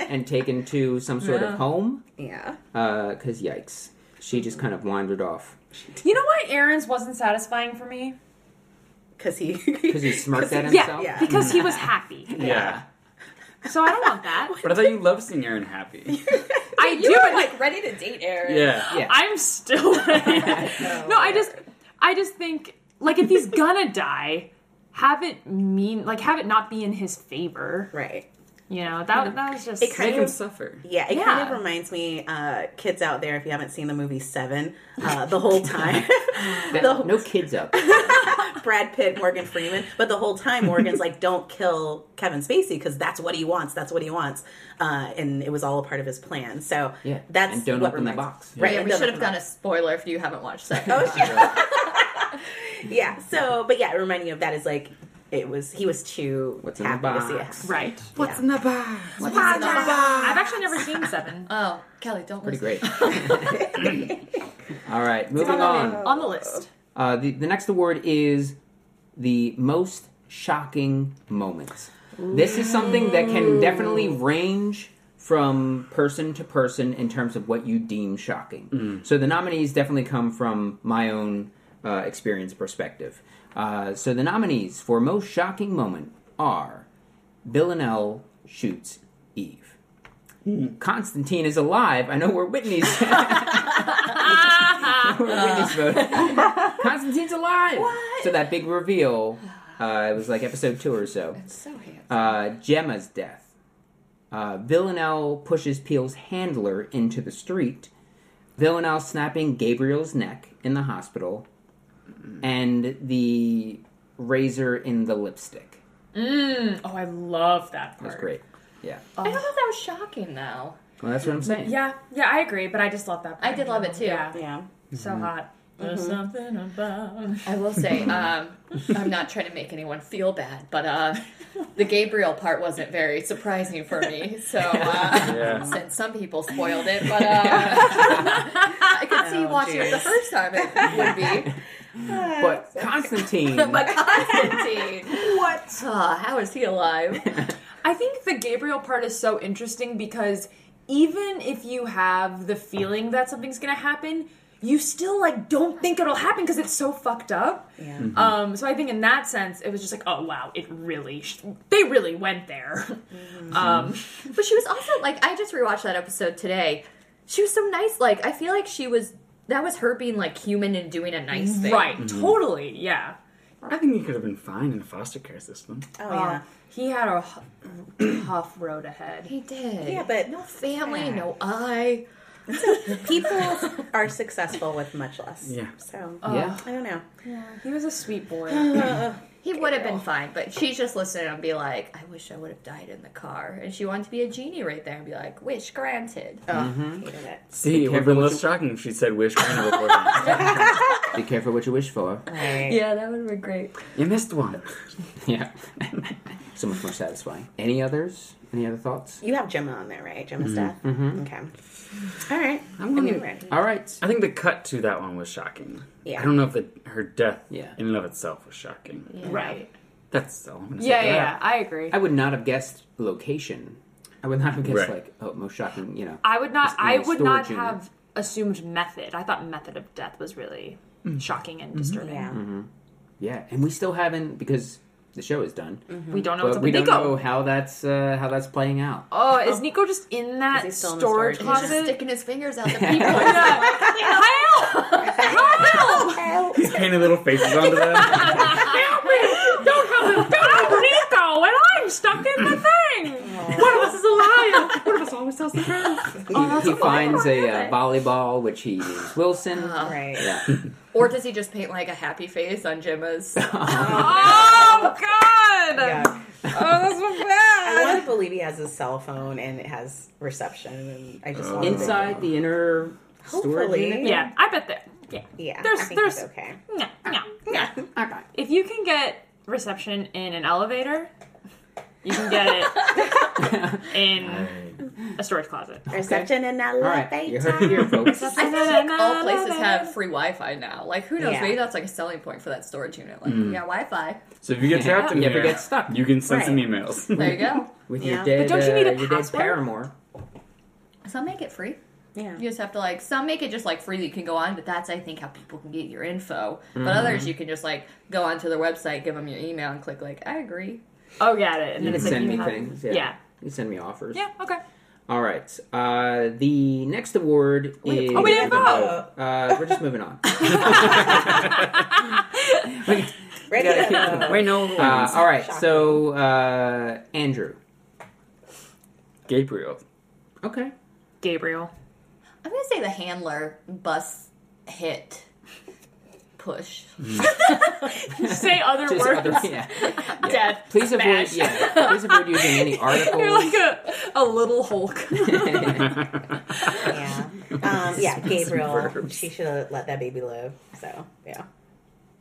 S1: and taken to some sort of home.
S3: Yeah.
S1: Because yikes. She just kind of wandered off.
S4: You know why Aaron's wasn't satisfying for me?
S3: Because he.
S1: Because he smirked at
S4: Yeah,
S1: himself.
S3: Yeah.
S4: because he was happy.
S2: Yeah.
S4: So I don't want that.
S2: But I thought you loved seeing Aaron happy.
S4: I do
S7: You were
S4: it.
S7: like ready to date Aaron.
S2: yeah.
S1: Yeah.
S4: I'm still. no, I just, I just think like if he's gonna die, have it mean like have it not be in his favor.
S3: Right.
S4: You know that that was just.
S3: It kind
S2: Make him
S3: of
S2: suffer.
S3: Yeah, it kind
S4: Yeah.
S3: of reminds me, uh, kids out there, if you haven't seen the movie Seven, uh, the whole time, the,
S1: No kids up.
S3: Brad Pitt, Morgan Freeman, but the whole time Morgan's like, "Don't kill Kevin Spacey because that's what he wants. That's what he wants," uh, and it was all a part of his plan. So
S1: Yeah.
S3: that's
S1: And don't
S3: what
S1: open the
S3: reminds-
S1: box.
S3: Right,
S7: Yeah,
S3: and
S7: we
S3: don't
S7: should have
S3: open
S7: done
S3: the
S7: a spoiler if you haven't watched Second.
S3: box. Yeah, so but yeah, it reminded me of that is like it was he was too
S1: What's in the
S3: happy to see it.
S1: box?
S3: happen.
S4: Right.
S2: What's in the box?
S4: I've actually never seen Seven.
S7: Oh, Kelly, don't
S1: Pretty
S7: listen.
S1: great. All right, moving on.
S4: on the list.
S1: Uh, the, the next award is the most shocking moments. This is something that can definitely range from person to person in terms of what you deem shocking. So the nominees definitely come from my own uh, experience and perspective. Uh, so the nominees for most shocking moment are Villanelle shoots Eve. Constantine is alive. I know where Whitney's. Whitney's vote. Constantine's alive. So that big reveal. Uh, it was like episode two or so.
S7: So handsome.
S1: Uh, Gemma's death. Uh, Villanelle pushes Peel's handler into the street. Villanelle snapping Gabriel's neck in the hospital, and the razor in the lipstick.
S4: Oh, I love that part.
S1: That's great. Yeah.
S5: Oh.
S7: I don't know if that was shocking though.
S1: Well, that's what I'm saying.
S4: Yeah, yeah, I agree, but I just love that. Part.
S7: I did love it too. Mm-hmm.
S4: Yeah,
S3: Yeah.
S4: so hot. There's something about.
S7: I will say, um, I'm not trying to make anyone feel bad, but uh, the Gabriel part wasn't very surprising for me. So, uh,
S2: Yeah.
S7: since some people spoiled it, but uh, I could see
S3: Oh,
S7: watching it the
S3: geez.
S7: first time it would be.
S1: But Constantine.
S7: But Constantine, what? Uh, how is he alive?
S4: I think the Gabriel part is so interesting because even if you have the feeling that something's gonna happen, you still like don't think it'll happen because it's so fucked up.
S3: Yeah.
S4: Um, so I think in that sense, it was just like, oh wow, it really, sh- they really went there. Um,
S5: But she was also like, I just rewatched that episode today. She was so nice. Like, I feel like she was. That was her being like human and doing a nice thing.
S4: right, totally, yeah.
S2: I think you could have been fine in a foster care system.
S3: Oh
S4: Uh,
S3: yeah.
S4: he had a h- tough road ahead.
S5: He did.
S3: Yeah, but-
S5: no family, no I.
S3: People are successful with much less.
S2: Yeah.
S3: So
S1: Yeah.
S3: I don't know.
S4: He was a sweet boy.
S5: He would have been fine, but she just listened and be like, "I wish I would have died in the car." And she wanted to be a genie right there and be like, "Wish granted."
S3: Oh, hated it.
S2: See, it would have
S1: careful
S2: been
S1: what
S2: less shocking if she said wish granted before that.
S1: Be careful what you wish for.
S5: Yeah, that would have been great.
S2: You missed one.
S1: Yeah. so much more satisfying. Any others? Any other thoughts?
S3: You have Gemma on there, right? Gemma's
S1: Mm-hmm.
S3: death. Okay. All right. I'm
S2: gonna-
S3: ready.
S1: All right.
S2: I think the cut to that one was shocking.
S3: Yeah.
S2: I don't know if the, her death
S1: Yeah.
S2: in and of itself was shocking.
S4: right.
S2: That's all I'm going to say.
S4: Yeah,
S2: to
S4: yeah,
S2: that.
S4: yeah, I agree.
S1: I would not have guessed location. I would not have guessed
S2: Right.
S1: like oh most shocking. You know.
S4: I would not.
S1: Just in
S4: I
S1: the
S4: would not
S1: storage unit.
S4: have assumed method. I thought method of death was really shocking and disturbing.
S3: Yeah.
S1: Mm-hmm. Yeah, and we still haven't because the show is done.
S4: We Mm-hmm. don't know what's
S1: But
S4: up
S1: we
S4: with
S1: don't
S4: Nico.
S1: know how that's uh, how that's playing out.
S4: Oh, is Nico just in that
S3: Is he still in the
S4: storage,
S3: storage
S4: closet?
S5: He's just sticking his fingers out the people.
S4: Help! Help!
S2: He's painting little faces onto them.
S4: Help me! Don't have the don't have Nico, and I'm stuck in the thing. One of us is a liar. One of us always tells the truth.
S1: He, he finds a uh, volleyball, which he names Wilson.
S4: Uh-huh.
S3: Right.
S1: Yeah.
S5: or does he just paint like a happy face on Gemma's?
S4: Oh God!
S3: Yeah.
S4: Oh, that's so
S3: Um, I
S4: bad.
S3: want to believe he has his cell phone and it has reception, and I just want
S1: Inside the inner storage
S3: Hopefully.
S1: unit.
S4: Yeah, I bet that. Yeah.
S3: To, yeah.
S4: There's-
S3: I think
S4: there's-
S3: it's okay.
S4: Yeah, yeah, yeah.
S1: Okay.
S4: If you can get reception in an elevator, you can get it in a storage closet.
S3: Reception in
S1: All
S3: LA.
S1: right. You heard it here, folks.
S5: I feel like all places have free Wi-Fi now. Like, who knows?
S3: Yeah.
S5: Maybe that's like a selling point for that storage unit. Like, yeah, Wi-Fi.
S2: so if you get trapped in
S1: You ever
S2: here,
S1: get stuck.
S2: you can send some
S3: Right.
S2: emails.
S5: There you go.
S1: With
S3: Yeah.
S1: your dead,
S4: But don't you need a
S1: uh, your dead
S4: password?
S1: paramour.
S5: Some make it free.
S3: Yeah.
S5: You just have to like some make it just like free that you can go on, but that's I think how people can get your info. But others you can just like go onto their website, give them your email, and click like I agree.
S4: Oh, got it. And
S1: You
S4: then
S1: can
S4: it's like
S1: send
S4: you
S1: me
S4: have-
S1: things. Yeah.
S4: Yeah.
S1: You can send me offers.
S4: Yeah, okay.
S1: All right. Uh, the next award is.
S4: oh, we didn't
S3: vote.
S1: Uh, we're just moving on. We-
S3: Ready
S1: gotta
S3: to
S1: keep-
S3: go.
S2: Wait, no.
S1: uh, all right.
S3: Shocking.
S1: So uh, Andrew.
S2: Gabriel.
S1: Okay.
S4: Gabriel.
S5: I'm gonna say the handler bus hit push.
S4: Say other
S1: Just
S4: words.
S1: other, yeah. Yeah.
S5: Death
S1: Please avoid.
S5: smash.
S1: Yeah. Please avoid using any
S4: You're
S1: articles.
S4: like a, a little Hulk.
S3: Yeah. Um, yeah. Gabriel.
S2: verbs.
S3: She should have let that baby live. So yeah.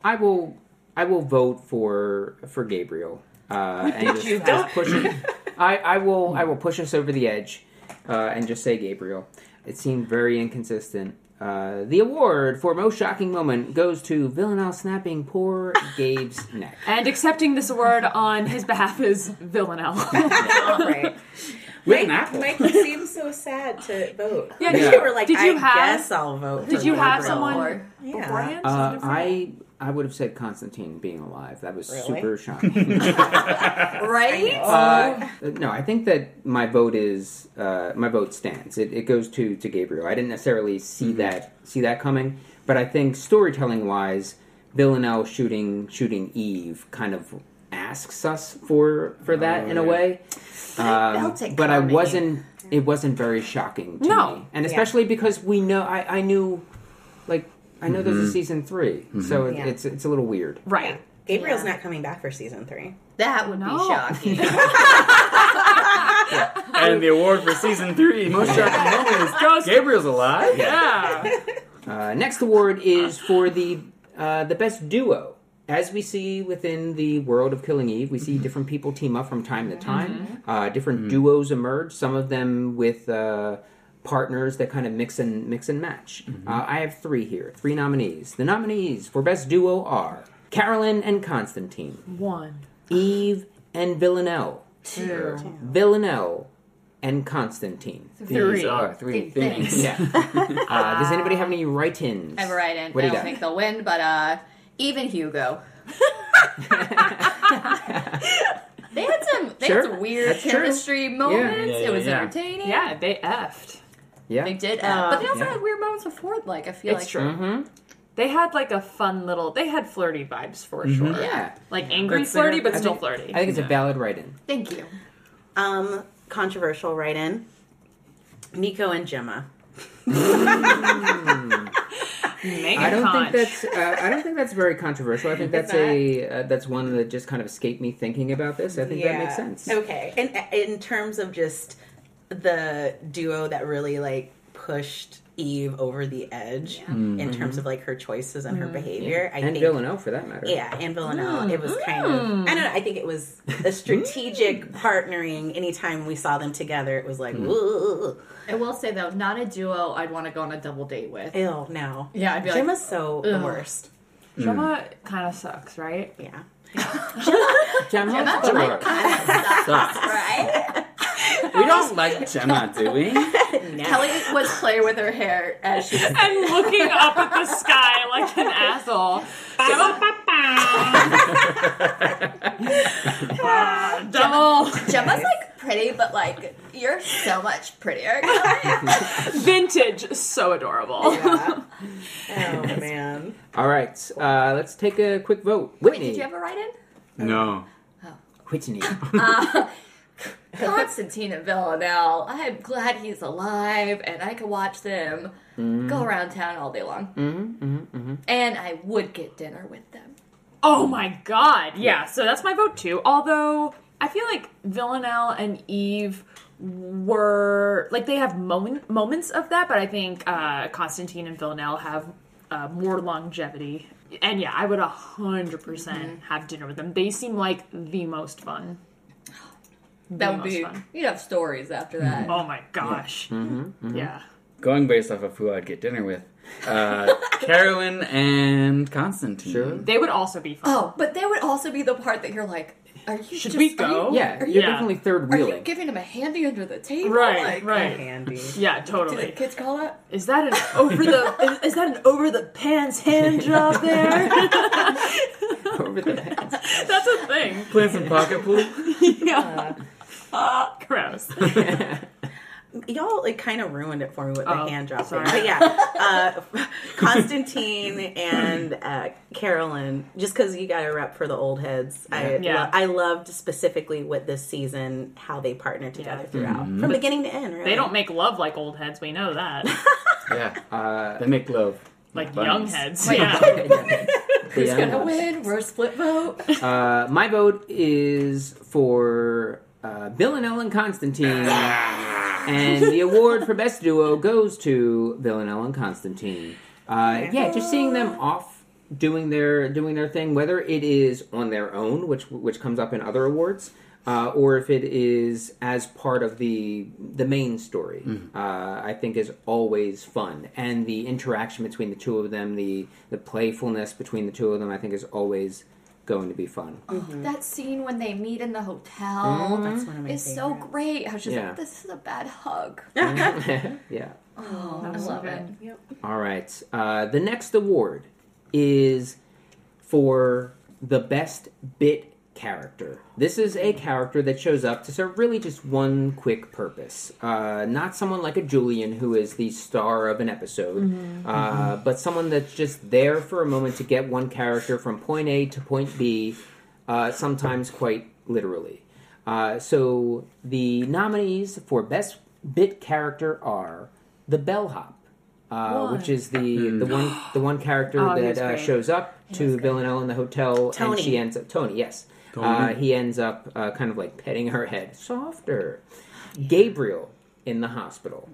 S1: I will. I will vote for for Gabriel. Uh, and just, just push it. I, I will. I will push us over the edge, uh, and just say Gabriel. It seemed very inconsistent. Uh, the award for most shocking moment goes to Villanelle snapping poor Gabe's neck.
S4: and accepting this award on his behalf is Villanelle.
S3: Right.
S2: With an apple.
S3: Mike seems so sad to vote.
S4: Yeah,
S3: You
S4: did you-
S3: were like,
S4: did you
S3: I
S4: have-
S3: guess I'll vote.
S4: Did
S3: for
S4: you have
S3: Gabriel.
S4: someone
S5: Or-
S3: Yeah.
S4: beforehand?
S1: Uh, I I would have said Constantine being alive. That was
S3: Really?
S1: super shocking.
S5: Right?
S1: Uh, no, I think that my vote is uh, my vote stands. It, it goes to to Gabriel. I didn't necessarily see that see that coming, but I think storytelling wise, Villanelle shooting shooting Eve kind of asks us for for that in a
S2: yeah.
S1: way.
S5: I
S1: Um,
S5: felt it
S1: but I
S5: coming.
S1: wasn't. It wasn't very shocking to
S4: No.
S1: me, and especially because we know I, I knew, like I know there's a season 3 so it,
S3: Yeah.
S1: it's it's a little weird.
S4: right.
S3: Gabriel's
S5: Yeah.
S3: not coming back for season three.
S5: that would
S4: No.
S5: be shocking.
S2: And the award for season three, most shocking moment is
S4: Goes-
S2: Gabriel's alive.
S4: yeah.
S1: Uh, next award is for the uh, the best duo. As we see within the world of Killing Eve, we see different people team up from time to time. Uh, different duos emerge. Some of them with uh, partners that kind of mix and mix and match. Uh, I have three here, three nominees. The nominees for best duo are Carolyn and Constantine,
S4: One.
S1: Eve and Villanelle,
S2: Sure.
S1: Villanelle, and Constantine.
S2: These are uh, three
S5: Three
S2: things.
S5: things.
S1: Yeah. uh, does anybody have any write-ins?
S5: I have a write in.
S1: What do
S5: I don't
S1: you got?
S5: think they'll win, but uh, even Hugo. they had some they
S1: Sure.
S5: had some weird
S1: That's true.
S5: chemistry moments.
S2: Yeah, yeah,
S5: it was
S2: yeah.
S5: entertaining.
S4: Yeah, they effed.
S5: They
S1: Yeah.
S5: did, uh, but they also
S1: yeah.
S5: had weird moments with Ford. Like I feel
S4: It's
S5: like
S4: true.
S1: Mm-hmm.
S4: They had like a fun little. They had flirty vibes for sure.
S1: Mm-hmm. Yeah.
S4: Like angry
S2: That's-
S4: flirty,
S2: I
S4: but still
S1: think-
S4: flirty.
S1: I think it's a valid write-in.
S5: thank you.
S3: Um, controversial write in. Nico and Gemma.
S4: Mega
S1: I don't think
S4: conch.
S1: that's. Uh, I don't think that's very controversial. I think that's a. Uh, that's one that just kind of escaped me thinking about this. I think that makes sense.
S3: Okay. And uh, in terms of just the duo that really like pushed Eve over the edge in terms of like her choices and her
S5: Mm-hmm.
S3: behavior, I
S1: Mm-hmm. and
S3: think
S1: Villanelle, for that matter.
S3: Yeah, and
S5: Mm.
S3: Villanelle. It was kind of I don't know, I think it was a strategic partnering. Anytime we saw them together, it was like,
S1: Mm.
S3: ooh,
S5: I will say though, not a duo I'd want to go on a double date with.
S3: ill no.
S5: Yeah, I'd be like,
S3: Gemma's so the
S5: Ugh.
S3: worst.
S4: Gemma
S1: Hmm.
S4: kind of sucks, right?
S3: Yeah.
S1: Gemma,
S5: Gemma?
S1: Gemma?
S2: Sucks.
S5: right?
S2: We don't like Gemma, do we?
S5: Kelly was playing with her hair as she was
S4: And looking up at the sky like an asshole. Double
S5: Gemma's like pretty, but like you're so much prettier. Kelly.
S4: vintage, so adorable.
S3: Oh man.
S1: All right, uh, let's take a quick vote. Whitney.
S5: Did you have a write in?
S2: No.
S1: Whitney.
S5: Uh, Constantine and Villanelle. I'm glad he's alive and I could watch them go around town all day long. Mm-hmm, And I would get dinner with them.
S4: Oh my god. Yeah, so that's my vote too. Although I feel like Villanelle and Eve were like they have moment, moments of that, but I think uh, Constantine and Villanelle have uh, more longevity. And yeah, I would a hundred percent have dinner with them. They seem like the most fun.
S5: That would
S4: most
S5: be,
S4: fun.
S5: you'd have stories after that.
S4: Oh my gosh. Yeah.
S1: Mm-hmm,
S2: Going based off of who I'd get dinner with. Uh, Carolyn and Constantine.
S1: Sure.
S4: They would also be fun.
S5: Oh, but that would also be the part that you're like, are you
S4: Should
S5: just,
S4: we
S5: are you-
S4: go?
S1: yeah,
S5: Are
S1: you're
S5: you-
S1: definitely third
S5: Are you,
S1: wheeling.
S5: giving him a handy under the table?
S4: Right,
S5: Like,
S4: right.
S3: Handy.
S4: Yeah,
S5: Do the
S4: totally.
S5: kids call that?
S4: Is that an over the is, is that an over the pants hand job there?
S1: over the head.
S4: That's a thing.
S2: Playing some pocket pool.
S4: Yeah. Uh, gross.
S3: Y'all like kind of ruined it for me with the
S4: Oh,
S3: hand drop.
S4: sorry.
S3: thing. But yeah, uh, Constantine and uh, Carolyn, just because you got to rep for the old heads. I
S4: Yeah.
S3: lo- I loved specifically with this season how they partnered together throughout from beginning to end. Really.
S4: They don't make love like old heads. We know that.
S2: Yeah.
S1: Uh,
S2: They make love.
S4: Like
S2: Bunnies.
S4: young heads. Yeah.
S5: Who's gonna win? We're a split vote. Oh,
S1: Uh, my vote is for uh, Villanelle and Constantine. and the award for best duo goes to Villanelle and Constantine. Uh, yeah, just seeing them off doing their doing their thing, whether it is on their own, which which comes up in other awards, uh, or if it is as part of the the main story, uh, I think is always fun. And the interaction between the two of them, the the playfulness between the two of them, I think is always going to be fun.
S5: That scene when they meet in the hotel
S3: That's one of my
S5: is so
S3: favorites.
S5: great. How she's
S1: Yeah.
S5: like, this is a bad hug.
S1: yeah.
S5: Oh, I love it.
S1: All right. Uh, the next award is for the best bit character. This is a character that shows up to serve really just one quick purpose. Uh, not someone like a Julian who is the star of an episode,
S4: Mm-hmm,
S1: uh, but someone that's just there for a moment to get one character from point A to point B, uh, sometimes quite literally. Uh, so the nominees for best bit character are the bellhop, uh, which is the the one the one character
S4: Oh, he
S1: that
S4: was
S1: uh,
S4: great.
S1: shows up to Villanelle in the hotel, and
S3: Tony.
S1: she ends up Tony. Yes, Uh, he ends up uh, kind of like petting her head, softer. Gabriel in the hospital.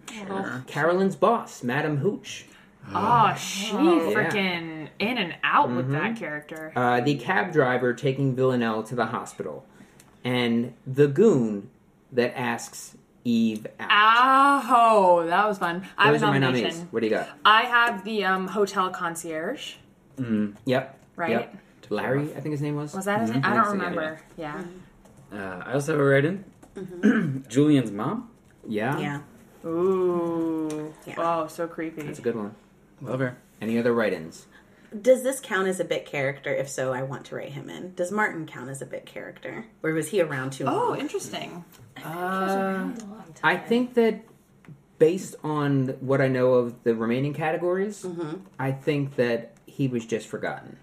S1: Carolyn's boss, Madam Hooch.
S4: Oh, she
S1: Yeah.
S4: freaking in and out with that character.
S1: uh, the cab driver taking Villanelle to the hospital, and the goon that asks Eve out.
S4: Oh, that was fun. I have a
S1: Those are my
S4: nomination.
S1: nominees. What do you got?
S4: I have the um, hotel concierge.
S1: Yep.
S4: Right.
S1: Yep. Larry, I think his name was.
S4: Was that his name? I
S1: Mhm.
S4: don't
S1: Yeah, yeah.
S4: remember. Yeah.
S2: Uh, I also have a write in. Mm-hmm. Julian's mom.
S1: Yeah.
S3: Yeah.
S4: Ooh.
S3: Yeah.
S4: Wow, so creepy.
S1: That's a good one.
S2: Love her.
S1: Any other write-ins?
S3: Does this count as a bit character? If so, I want to write him in. Does Martin count as a bit character, or was he around too
S4: oh,
S3: long?
S4: interesting.
S1: Uh, I think that based on what I know of the remaining categories,
S3: Mm-hmm.
S1: I think that he was just forgotten.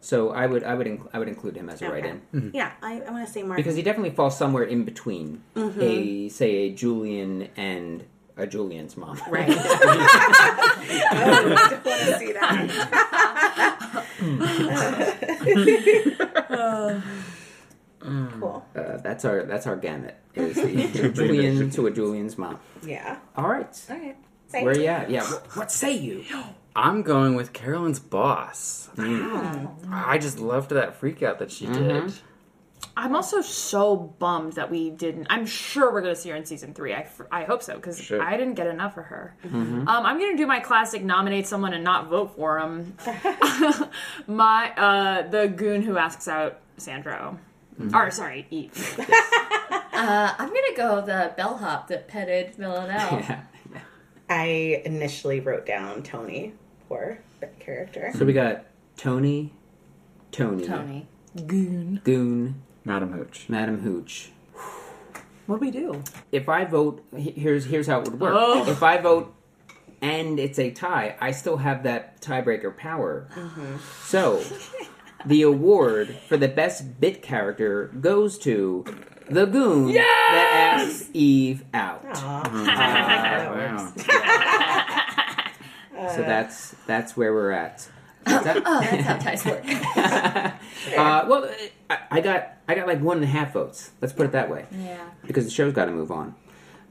S1: So I would I would inc- I would include him as a
S3: Okay.
S1: write-in
S3: Yeah, I, I want to say Martin.
S1: because he definitely falls somewhere in between
S3: Mm-hmm.
S1: a say a Julian and a Julian's mom.
S3: right. oh, I don't want to see that. cool.
S1: Uh, that's our that's our gamut. Is the Julian to a Julian's mom.
S3: Yeah.
S1: All right.
S5: All right.
S3: Say
S1: Where you at? Yeah. Wh- What say you?
S2: I'm going with Carolyn's boss.
S4: Hmm.
S2: I just loved that freak out that she
S1: Mm-hmm.
S2: did.
S4: I'm also so bummed that we didn't. I'm sure we're going to see her in season three. I, f- I hope so because
S2: Sure.
S4: I didn't get enough of her.
S1: Mm-hmm.
S4: Um, I'm going to do my classic nominate someone and not vote for him. my uh, the goon who asks out Sandro.
S1: Mm-hmm.
S4: Or sorry, Eve.
S5: Uh, I'm gonna go the bellhop that petted Villanelle.
S1: Yeah.
S3: I initially wrote down Tony for bit character.
S1: So we got Tony, Tony,
S5: Tony.
S1: Goon,
S2: Madam Hooch.
S1: Madam Hooch.
S4: What do we do?
S1: if I vote, he- here's here's how it would work.
S4: Oh.
S1: If I vote and it's a tie, I still have that tiebreaker power. So, the award for the best bit character goes to the goon that asks Eve out.
S3: Ah,
S2: Wow.
S1: So that's that's where we're at. Is that-
S5: Oh, that's how ties work.
S1: uh, well, I, I got I got like one and a half votes. Let's put it that way.
S5: yeah.
S1: because the show's got to move on.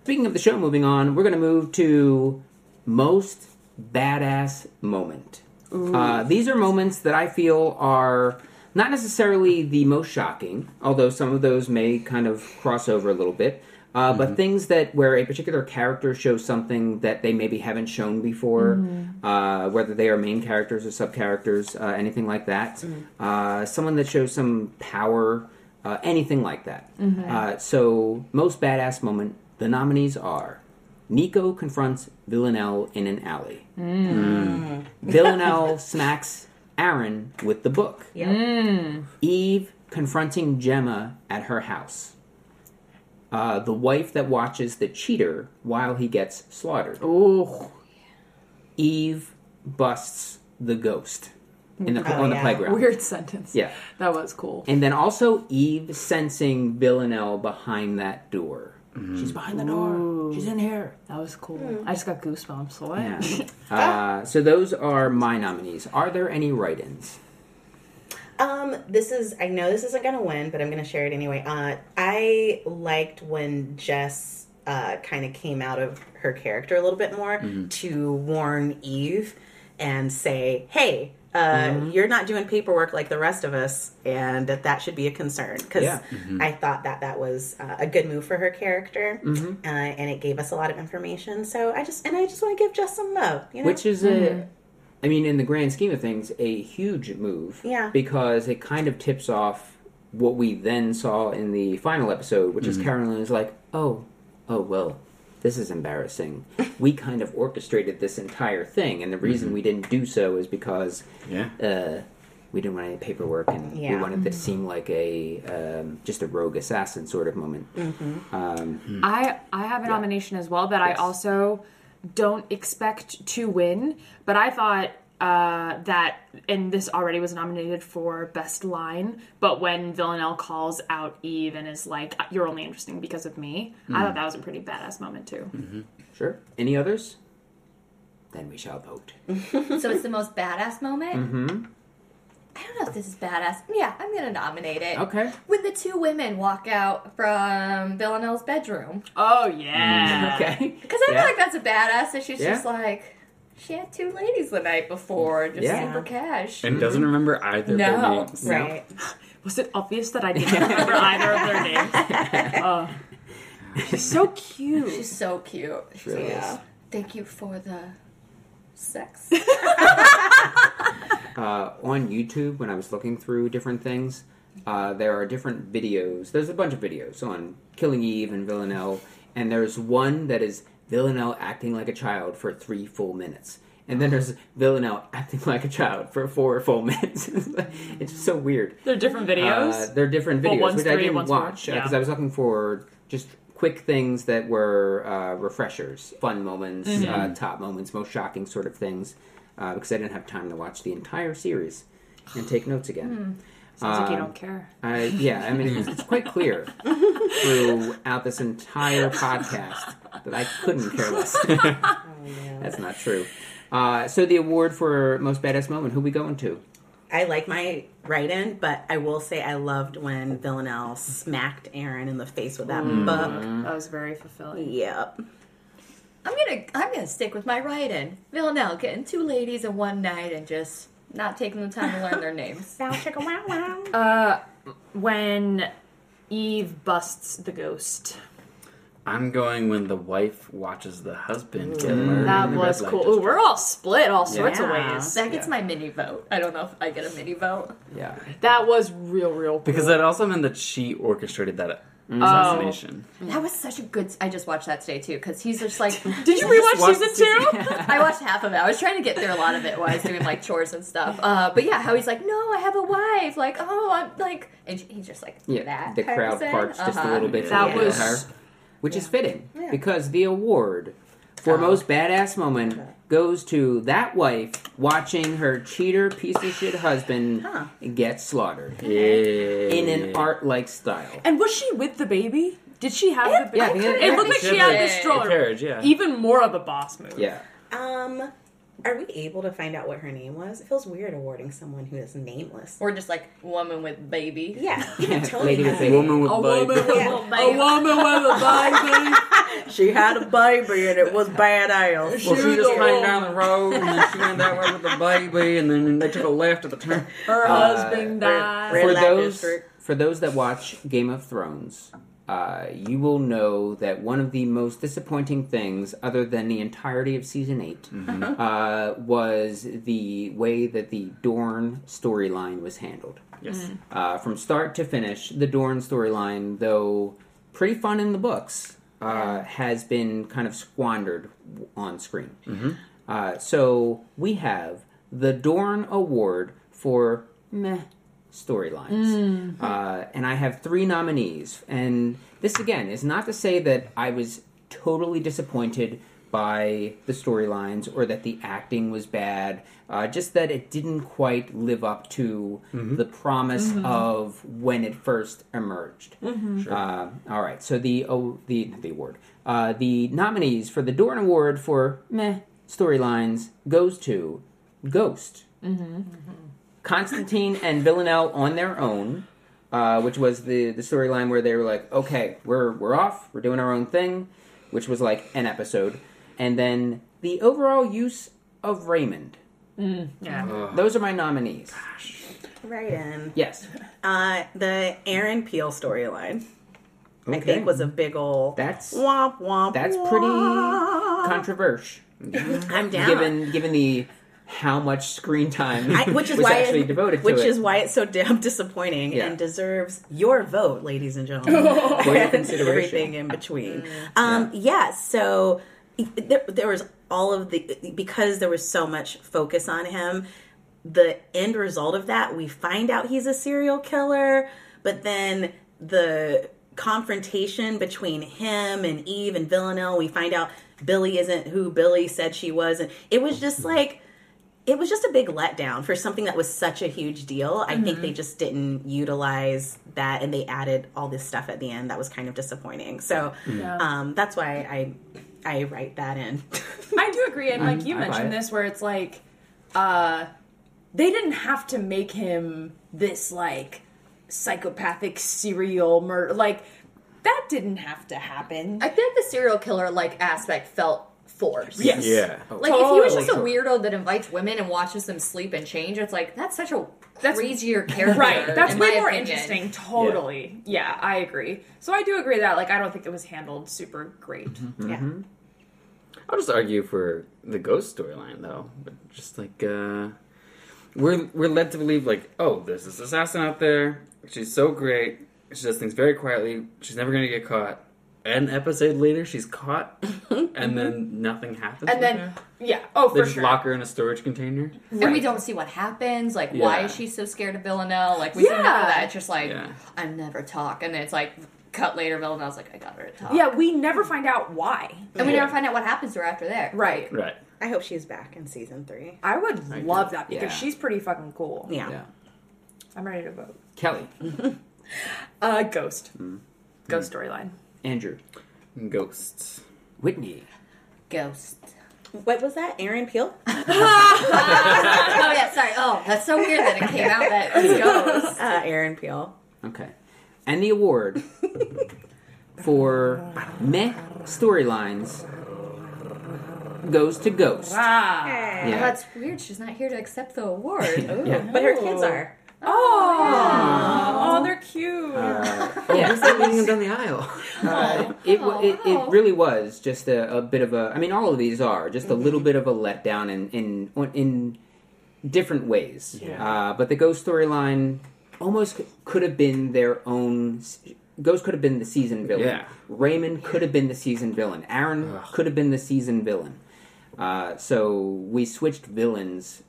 S1: Speaking of the show moving on, we're going to move to most badass moment. Uh, these are moments that I feel are not necessarily the most shocking, although some of those may kind of cross over a little bit. Uh, But things that where a particular character shows something that they maybe haven't shown before, uh, whether they are main characters or sub characters, uh, anything like that. Uh, someone that shows some power, uh, anything like that. Uh, so, most badass moment. The nominees are Nico confronts Villanelle in an alley.
S3: Mm.
S1: Villanelle smacks Aaron with the book. Mm.
S3: Yep.
S1: Eve confronting Gemma at her house. Uh, the wife that watches the cheater while he gets slaughtered.
S4: Oh,
S1: Eve busts the ghost in the,
S3: Oh,
S1: on the
S3: yeah.
S1: playground.
S4: weird sentence.
S1: Yeah.
S4: that was cool.
S1: And then also Eve sensing Villanelle behind that door. She's behind the door. She's in here.
S4: That was cool. I just got goosebumps. What?
S1: Yeah. uh, so those are my nominees. Are there any write-ins?
S3: Um, this is I know this isn't gonna win, but I'm gonna share it anyway. Uh, I liked when Jess uh, kind of came out of her character a little bit more
S1: Mm-hmm.
S3: to warn Eve and say, "Hey, uh,
S1: Mm-hmm.
S3: you're not doing paperwork like the rest of us, and that that should be a concern." Because
S1: Yeah.
S3: I thought that that was uh, a good move for her character,
S1: Mm-hmm.
S3: uh, and it gave us a lot of information. So I just and I just want to give Jess some love, you know.
S1: Which is a, I mean, in the grand scheme of things, a huge move.
S3: Yeah.
S1: Because it kind of tips off what we then saw in the final episode, which is Carolyn is like, oh, oh well, this is embarrassing. we kind of orchestrated this entire thing, and the reason we didn't do so is because
S2: Yeah.
S1: uh, we didn't want any paperwork, and we
S3: Yeah.
S1: wanted it to seem like a um, just a rogue assassin sort of moment.
S3: Mm-hmm.
S1: Um,
S4: I I have a nomination as well that I also don't expect to win, but I thought uh, that and this already was nominated for best line. But when Villanelle calls out Eve and is like, "You're only interesting because of me," I
S1: Hmm.
S4: thought that was a pretty badass moment too.
S1: sure. Any others? Then we shall vote.
S5: So it's the most badass moment. Mm-hmm. I don't know if this is badass. Yeah, I'm gonna nominate it.
S1: Okay.
S5: When the two women walk out from Villanelle's bedroom,
S4: Oh yeah,
S1: Hmm. Okay.
S5: because I
S1: Yeah.
S5: feel like that's a badass. That she's
S1: Yeah.
S5: just like she had two ladies the night before, just
S1: Yeah.
S5: super cash.
S2: And doesn't remember either their
S5: No.
S2: names.
S3: right?
S4: Was it obvious that I didn't remember either of their names? Oh. She's so cute.
S5: She's so cute.
S1: Sure is.
S5: yeah. Thank you for the sex.
S1: uh, on YouTube when I was looking through different things, uh, there are different videos. There's a bunch of videos on Killing Eve and Villanelle, and there's one that is Villanelle acting like a child for three full minutes. And then there's Villanelle acting like a child for four full minutes. it's just so weird.
S4: They're different
S1: Uh,
S4: videos.
S1: they're different
S4: Well,
S1: videos,
S4: one's
S1: which I
S4: three,
S1: didn't
S4: one's four.
S1: watch
S4: Yeah.
S1: because I was looking for just quick things that were uh, refreshers, fun moments,
S4: Mm-hmm.
S1: uh, top moments, most shocking sort of things, uh, because I didn't have time to watch the entire series and take notes again.
S4: Sounds like you
S1: um,
S4: don't care.
S1: I, yeah, I mean, it's, it's quite clear throughout this entire podcast that I couldn't care less. That's not true. Uh, so the award for most badass moment, who we going to?
S3: I like my write in, but I will say I loved when Villanelle smacked Aaron in the face with that book.
S1: hmm.
S4: That was very fulfilling.
S3: Yep.
S5: I'm gonna I'm gonna stick with my write-in. Villanelle getting two ladies in one night and just not taking the time to learn their names.
S3: Bow chicka wow wow.
S4: Uh, when Eve busts the ghost,
S2: I'm going when the wife watches the husband get
S1: Mm.
S2: murdered.
S4: Mm. that
S2: in the
S4: was
S2: red light
S4: cool. Ooh, we're
S2: district.
S4: all split all sorts
S3: Yeah.
S4: of ways.
S5: That gets my mini vote. I don't know if I get a mini vote.
S1: Yeah.
S4: That was real, real. Cool.
S2: Because that also meant that she orchestrated that
S1: Mm.
S4: Oh.
S2: assassination.
S5: That was such a good. I just watched that today too because he's just like.
S4: did you rewatch
S2: watched
S4: season two?
S5: I watched half of it. I was trying to get through a lot of it while I was doing like chores and stuff. Uh, but yeah, how he's like, no, I have a wife. Like, oh, I'm like, and he's just like
S1: Yeah,
S5: that.
S1: the crowd
S5: person?
S1: parts just a
S5: Uh-huh.
S1: little bit.
S4: That
S1: for
S4: was-
S1: her, which is fitting because the award
S5: Oh.
S1: for most badass moment goes to that wife watching her cheater piece of shit husband get slaughtered
S2: Yeah.
S1: in an art like style.
S4: And was she with the baby? Did she have the baby?
S1: Yeah, I think it-
S4: it looked like she had the
S5: Yeah.
S4: stroller.
S2: Carriage, yeah.
S4: Even more of a boss move.
S1: Yeah,
S3: Um, are we able to find out what her name was? It feels weird awarding someone who is nameless.
S5: Or just like woman with baby.
S3: Yeah, even Tony
S1: Lady with
S3: had
S1: baby.
S3: it.
S2: Woman with
S4: A
S2: bike.
S4: woman with a,
S3: Yeah.
S4: a woman with a baby.
S3: She had a baby and it was badass.
S2: Well, she
S4: Shoot
S2: just
S4: the
S2: came
S4: roll.
S2: down the road, and then she went that way with the baby, and then they took a left at the turn.
S4: Her
S1: Uh,
S4: husband
S3: red-
S4: died.
S3: red-
S1: for
S3: Light
S1: those
S3: District.
S1: for those that watch Game of Thrones, uh, you will know that one of the most disappointing things, other than the entirety of season 8 uh, was the way that the Dorn storyline was handled.
S2: Yes.
S4: Mm.
S1: Uh, from start to finish, the Dorn storyline, though pretty fun in the books, uh, has been kind of squandered w- on screen. Uh, so we have the Dorn Award for meh storylines. Uh, and I have three nominees. And this, again, is not to say that I was totally disappointed by the storylines or that the acting was bad, uh, just that it didn't quite live up to the promise of when it first emerged. Uh, all right, so the, oh, the, not the award. Uh, the nominees for the Dorn Award for meh storylines goes to Ghost. Constantine and Villanelle on their own, uh, which was the the storyline where they were like, okay, we're we're off, we're doing our own thing, which was like an episode, and then the overall use of Raymond.
S4: Yeah.
S1: Those are my nominees.
S3: Right in.
S1: Yes,
S3: Uh, the Aaron Peel storyline, I
S1: Okay.
S3: think, was a big ol'
S1: That's-
S3: womp womp.
S1: that's
S3: womp.
S1: pretty controversial
S3: I'm down.
S1: given given the how much screen time
S3: I, which is
S1: was
S3: why
S1: actually
S3: it,
S1: devoted
S3: which
S1: to it.
S3: is why it's so damn disappointing
S1: Yeah.
S3: and deserves your vote, ladies and gentlemen,
S1: For your
S3: and
S1: consideration.
S3: everything in between. Um, yeah. so e, there, there was all of the e, because there was so much focus on him. The end result of that, we find out he's a serial killer, but then the confrontation between him and Eve and Villanelle, we find out Billy isn't who Billy said she was, and it was just like it was just a big letdown for something that was such a huge deal. I think they just didn't utilize that, and they added all this stuff at the end that was kind of disappointing. So um, that's why I I write that in.
S4: I do agree, and like you
S1: I buy
S4: mentioned
S1: it.
S4: this, where it's like, uh, they didn't have to make him this like psychopathic serial murder. Like that didn't have to happen.
S5: I feel like the serial killer like aspect felt forced.
S4: Yes.
S2: Yeah.
S1: Oh,
S5: Like if he was
S4: Totally
S5: just a
S1: true.
S5: weirdo that invites women and watches them sleep and change, it's like that's such a crazier character.
S4: Right, that's
S5: in
S4: way
S5: my
S4: more
S5: opinion.
S4: interesting. Totally, yeah. I agree. So I do agree that like I don't think it was handled super great.
S2: I'll just argue for the ghost storyline, though. But just like, uh, we're we're led to believe like, oh, there's this assassin out there. She's so great. She does things very quietly. She's never gonna get caught. An episode later, she's caught, and then nothing happens.
S4: and
S2: with
S4: then
S2: her.
S4: yeah, oh
S2: they
S4: for
S2: just
S4: sure.
S2: lock her in a storage container.
S5: And we don't see what happens. Like, why
S2: Yeah.
S5: is she so scared of Villanelle? Like, we see none of
S4: Yeah.
S5: that. It's just like,
S2: Yeah.
S5: I never talk. And it's like, cut later, Villanelle's like, I got her to talk.
S4: yeah, we never find out why.
S5: And we never find out what happens to her after that.
S4: Right.
S2: Right.
S3: I hope she's back in season three.
S4: I would love that because
S1: Yeah.
S4: she's pretty fucking cool.
S3: Yeah.
S1: Yeah.
S4: I'm ready to vote.
S1: Kelly,
S4: Uh, Ghost. Ghost storyline.
S1: Andrew,
S2: Ghosts.
S1: Whitney.
S5: Ghost.
S3: What was that? Aaron Peel?
S5: oh, yeah, sorry. Oh, that's so weird that it came out that it's Ghost.
S3: Uh, Aaron Peel.
S1: Okay. And the award for meh storylines goes to Ghost.
S4: Ah.
S1: Yeah.
S5: That's weird. She's not here to accept the award. Ooh.
S1: Yeah.
S3: But her kids are.
S4: Oh. Oh, they're cute.
S1: Uh, yeah. leading him down the aisle? it, wa- it, it really was just a, a bit of a. I mean, all of these are just a little bit of a letdown in in in different ways.
S2: Yeah.
S1: Uh, but the ghost storyline almost c- could have been their own. s- Ghost could have been the season villain.
S2: Yeah.
S1: Raymond could have been the season villain. Aaron could have been the season villain. Uh, so we switched villains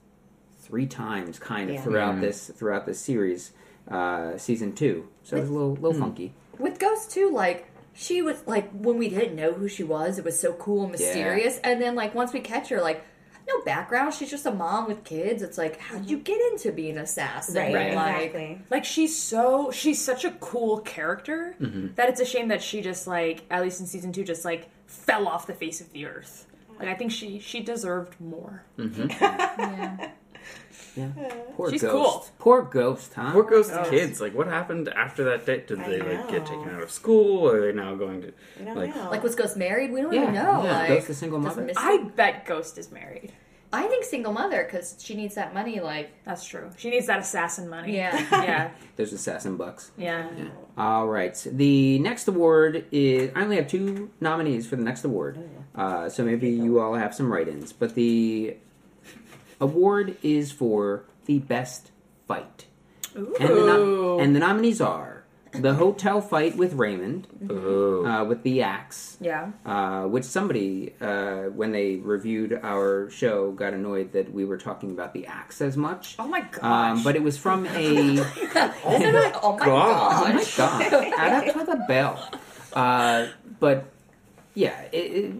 S1: three times, kind of throughout
S2: Mm.
S1: this throughout this series, uh, season two. So it was a little
S2: Hmm.
S1: little funky.
S5: With Ghost, too, like, she was, like, when we didn't know who she was, it was so cool and mysterious. And then, like, once we catch her, like, no background. She's just a mom with kids. It's like, how'd you get into being an assassin?
S2: Right.
S5: Like,
S3: Exactly.
S4: Like she's so she's such a cool character
S1: Mm-hmm.
S4: that it's a shame that she just like at least in season two just like fell off the face of the earth. Like I think she she deserved more.
S1: Mm-hmm. Yeah. Poor
S4: She's
S1: ghost.
S4: cool.
S1: Poor ghost, huh?
S2: Poor ghost kids. Like, what happened after that date? Did they like get
S3: know.
S2: taken out of school? Or are they now going to
S3: I don't
S2: like?
S3: know.
S5: Like was Ghost married? We don't
S1: Yeah,
S5: even know.
S1: yeah.
S5: Like,
S1: Ghost a single
S5: does
S1: mother?
S5: Miss-
S4: I bet Ghost is married.
S5: I think single mother because she needs that money. Like
S4: That's true. She needs that assassin money.
S5: Yeah.
S4: yeah.
S1: There's assassin bucks.
S4: Yeah.
S1: All right. The next award is. I only have two nominees for the next award. Uh, so maybe you all have some write ins. But the award is for the best fight. And the, nom- and the nominees are the hotel fight with Raymond,
S2: Oh,
S1: uh, with the axe,
S4: Yeah.
S1: uh, which somebody, uh, when they reviewed our show, got annoyed that we were talking about the axe as much.
S4: Oh my gosh.
S1: Um, but it was from a.
S5: isn't it? Oh my
S2: God.
S1: Oh
S5: god!
S1: my god! Add up to the bell. Uh, but yeah, it, it,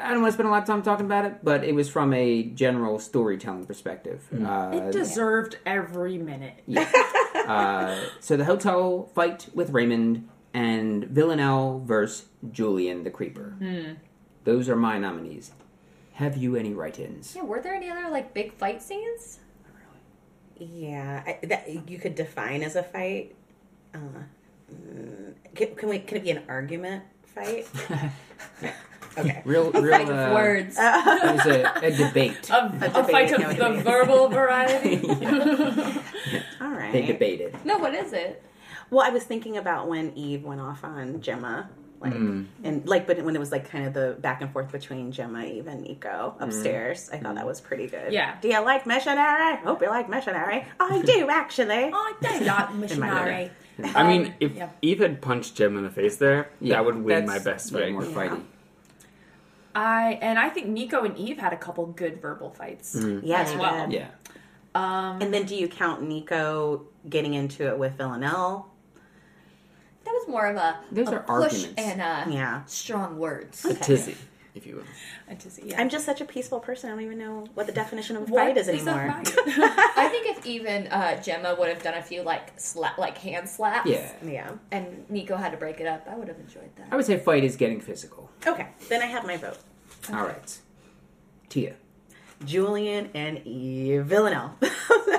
S1: I don't want to spend a lot of time talking about it, but it was from a general storytelling perspective. Uh,
S4: it deserved every minute.
S1: uh, so the hotel fight with Raymond and Villanelle versus Julian the Creeper. Those are my nominees. Have you any write-ins?
S5: Yeah, were there any other like big fight scenes?
S3: yeah, I, that you could define as a fight. Uh, mm, can, can we? Can it be an argument fight? okay.
S1: Real, real.
S5: Fight with
S1: uh,
S5: words.
S1: It was a, a debate.
S4: A, a fight
S3: debate,
S4: of
S3: no
S4: the
S3: debate.
S4: verbal variety.
S3: All right.
S1: They debated.
S5: no, what is it?
S3: Well, I was thinking about when Eve went off on Gemma, like, and like, but when it was like kind of the back and forth between Gemma, Eve, and Nico upstairs, I thought that was pretty good.
S4: Yeah.
S3: Do you like missionary? Hope you like missionary. I do actually.
S4: I do not missionary.
S2: I mean, if Eve had punched Jim in the face there, that would win
S1: that's
S2: my best
S1: a little
S2: fight.
S1: More fighty.
S4: I and I think Nico and Eve had a couple good verbal fights.
S1: Mm.
S3: yes,
S4: as well.
S3: well.
S1: Yeah.
S4: Um,
S3: And then, do you count Nico getting into it with Villanelle?
S5: That was more of a
S1: Those
S5: a
S1: are
S5: push
S1: arguments.
S5: and uh,
S3: Yeah.
S5: strong words.
S2: A tizzy, if you will.
S4: and to see, yeah.
S3: I'm just such a peaceful person. I don't even know what the definition of a
S4: What
S3: fight is
S4: is a
S3: anymore.
S4: fight?
S5: I think if even uh, Gemma would have done a few like slap, like hand slaps,
S1: Yeah.
S3: yeah.
S5: and Nico had to break it up, I would have enjoyed
S1: I
S5: that.
S1: would say fight is getting physical.
S3: Okay. Then I have my vote.
S1: All right. Tia.
S3: Julian and Eve Villanelle.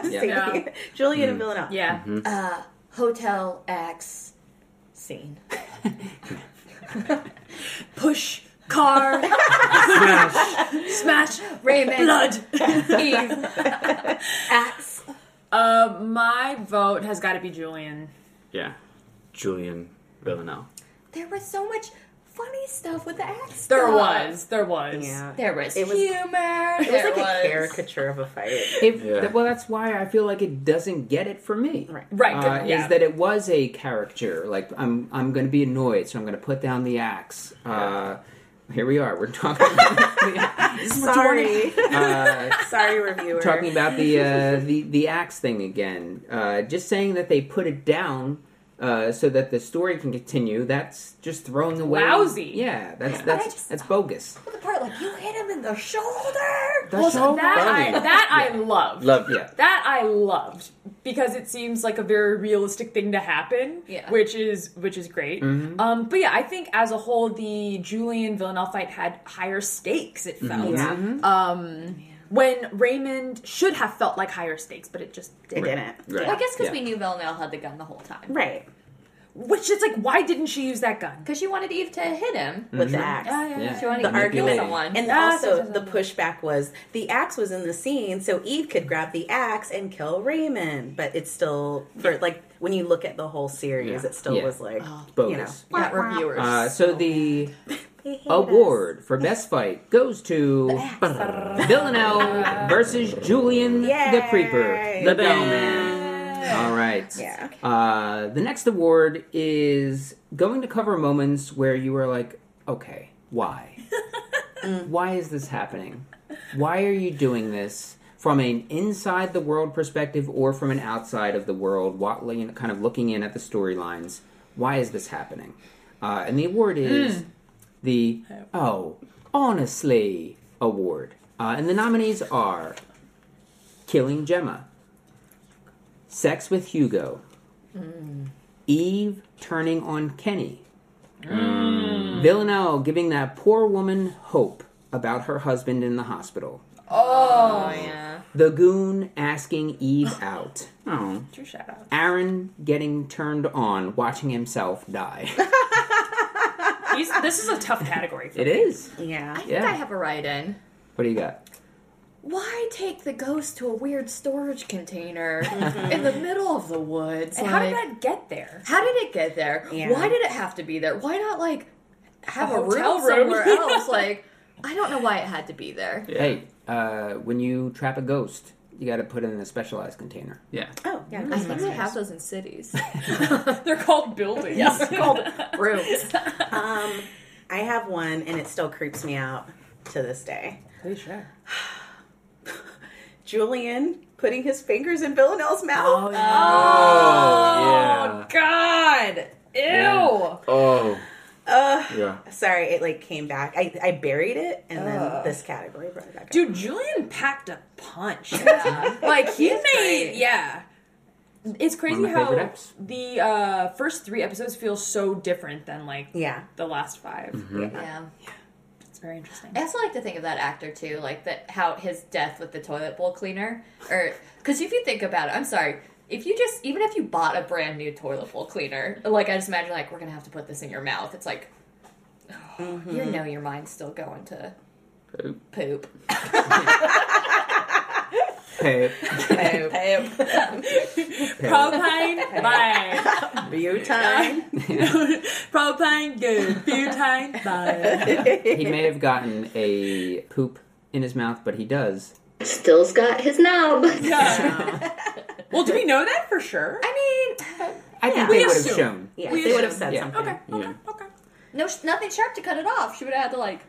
S4: Yeah.
S3: Julian and Villanelle.
S4: yeah.
S1: Mm-hmm.
S5: Uh, hotel axe scene.
S4: Push car smash
S5: Raymond,
S4: blood.
S5: Eve, axe.
S4: Uh, my vote has got to be Julian.
S2: Yeah. Julian Villanelle.
S5: There was so much funny stuff with the axe.
S7: There
S5: stuff.
S7: was. There was.
S3: Yeah.
S7: There was.
S3: It was-
S5: humor.
S3: It was
S7: There
S3: like a
S7: was.
S3: caricature of a fight.
S1: If,
S2: Yeah.
S1: Well, that's why I feel like it doesn't get it for me.
S3: Right.
S7: Right,
S1: Uh,
S7: yeah.
S1: Is that it was a caricature? Like I'm, I'm going to be annoyed, so I'm going to put down the axe. Uh, here we are. We're talking. About the,
S3: Sorry.
S1: uh,
S3: Sorry, reviewer.
S1: talking about the uh, the the axe thing again. Uh, just saying that they put it down uh, so that the story can continue. That's just throwing away.
S4: Lousy.
S1: Yeah, that's
S5: But I
S1: that's
S5: just-
S1: that's bogus.
S5: The part like you hit him in the shoulder.
S1: That's
S4: Well,
S1: so
S4: that
S1: funny.
S4: I that I loved.
S2: Love
S1: yeah.
S4: That I loved because it seems like a very realistic thing to happen,
S5: Yeah.
S4: which is which is great. Um, but yeah, I think as a whole, the Julian Villanelle fight had higher stakes. It felt
S3: Mm-hmm. Yeah.
S5: Oh,
S4: when Raymond should have felt like higher stakes, but it just didn't.
S3: It didn't.
S2: Right.
S5: Well, I guess because
S1: Yeah.
S5: we knew Villanelle had the gun the whole time.
S3: Right.
S4: Which is like, why didn't she use that gun?
S5: Because she wanted Eve to hit him.
S3: With the axe.
S1: Yeah.
S5: She wanted
S3: The
S5: to argue
S1: argument.
S5: with someone.
S3: And
S4: Ah,
S3: also,
S4: sometimes
S3: the pushback was the axe was in the scene, so Eve could grab the axe and kill Raymond. But it's still, for, like, when you look at the whole series,
S1: Yeah.
S3: it still
S1: Yeah.
S3: was like, you know,
S1: bogus.
S5: Not reviewers.
S1: Uh, so the
S3: they hate
S1: award for best fight goes to Villanelle versus Julian the
S3: Yay.
S1: Creeper, the
S2: Yay.
S1: Bellman. All right.
S3: Yeah, okay.
S1: Uh, the next award is going to cover moments where you are like, okay, why?
S3: Mm.
S1: why is this happening? Why are you doing this? From an inside the world perspective or from an outside of the world, wa- you know, kind of looking in at the storylines, why is this happening? Uh, and the award is
S3: Mm.
S1: the Oh, Honestly Award. Uh, and the nominees are Killing Gemma, Sex with Hugo,
S4: Mm.
S1: Eve turning on Kenny,
S4: Mm.
S1: Villanelle giving that poor woman hope about her husband in the hospital,
S5: oh yeah.
S1: The Goon asking Eve out,
S2: Oh,
S4: True shout out.
S1: Aaron getting turned on, watching himself die.
S4: These, this is a tough category. For
S1: it
S4: me.
S1: is.
S3: us. Yeah.
S5: I think
S1: Yeah.
S5: I have a write in.
S1: What do you got?
S5: Why take the ghost to a weird storage container in the middle of the woods?
S4: And how did
S5: like-
S4: that get there?
S5: How did it get there?
S3: Yeah.
S5: Why did it have to be there? Why not like have
S4: A
S5: a,
S4: hotel
S5: room
S4: room.
S5: somewhere else? Like I don't know why it had to be there.
S2: yeah.
S1: Hey, uh, when you trap a ghost, you got to put it in a specialized container.
S2: yeah.
S3: Oh, yeah.
S5: I think they have those in cities.
S4: They're called buildings.
S5: Rooms.
S3: Um, I have one, and it still creeps me out to this day. Julian putting his fingers in Villanelle's mouth.
S2: Oh, yeah.
S4: God. Ew.
S2: Oh,
S3: Ugh.
S2: yeah.
S3: Sorry, it like came back. I, I buried it, and then this category brought it back. up.
S4: Dude, Julian packed a punch.
S5: Yeah.
S4: like he
S5: He's
S4: made
S5: great.
S4: yeah it's crazy
S1: One of my
S4: how
S1: favorite eps.
S4: the uh, first three episodes feel so different than like
S3: yeah,
S4: the last 5
S1: Mm-hmm.
S5: yeah.
S4: it's very interesting
S5: I also like to think of that actor too, like that how his death with the toilet bowl cleaner, or because if you think about it, I'm sorry. If you just even if you bought a brand new toilet bowl cleaner, like I just imagine like we're gonna have to put this in your mouth. It's like oh, you know your mind's still going to
S2: Poop.
S5: poop.
S1: Hey,
S4: propane bye
S3: view time.
S4: propane good butane bye
S1: he may have gotten a poop in his mouth, but he does.
S6: Still's got his knob.
S4: Yeah. well do we know that for sure
S5: I mean,
S1: I think
S3: We
S1: they would have
S4: assume.
S1: shown.
S3: Yeah,
S4: We
S3: they would have
S4: should-
S3: said
S1: yeah.
S3: something.
S2: Yeah.
S4: okay
S5: no, sh- nothing sharp to cut it off. She would have had to like.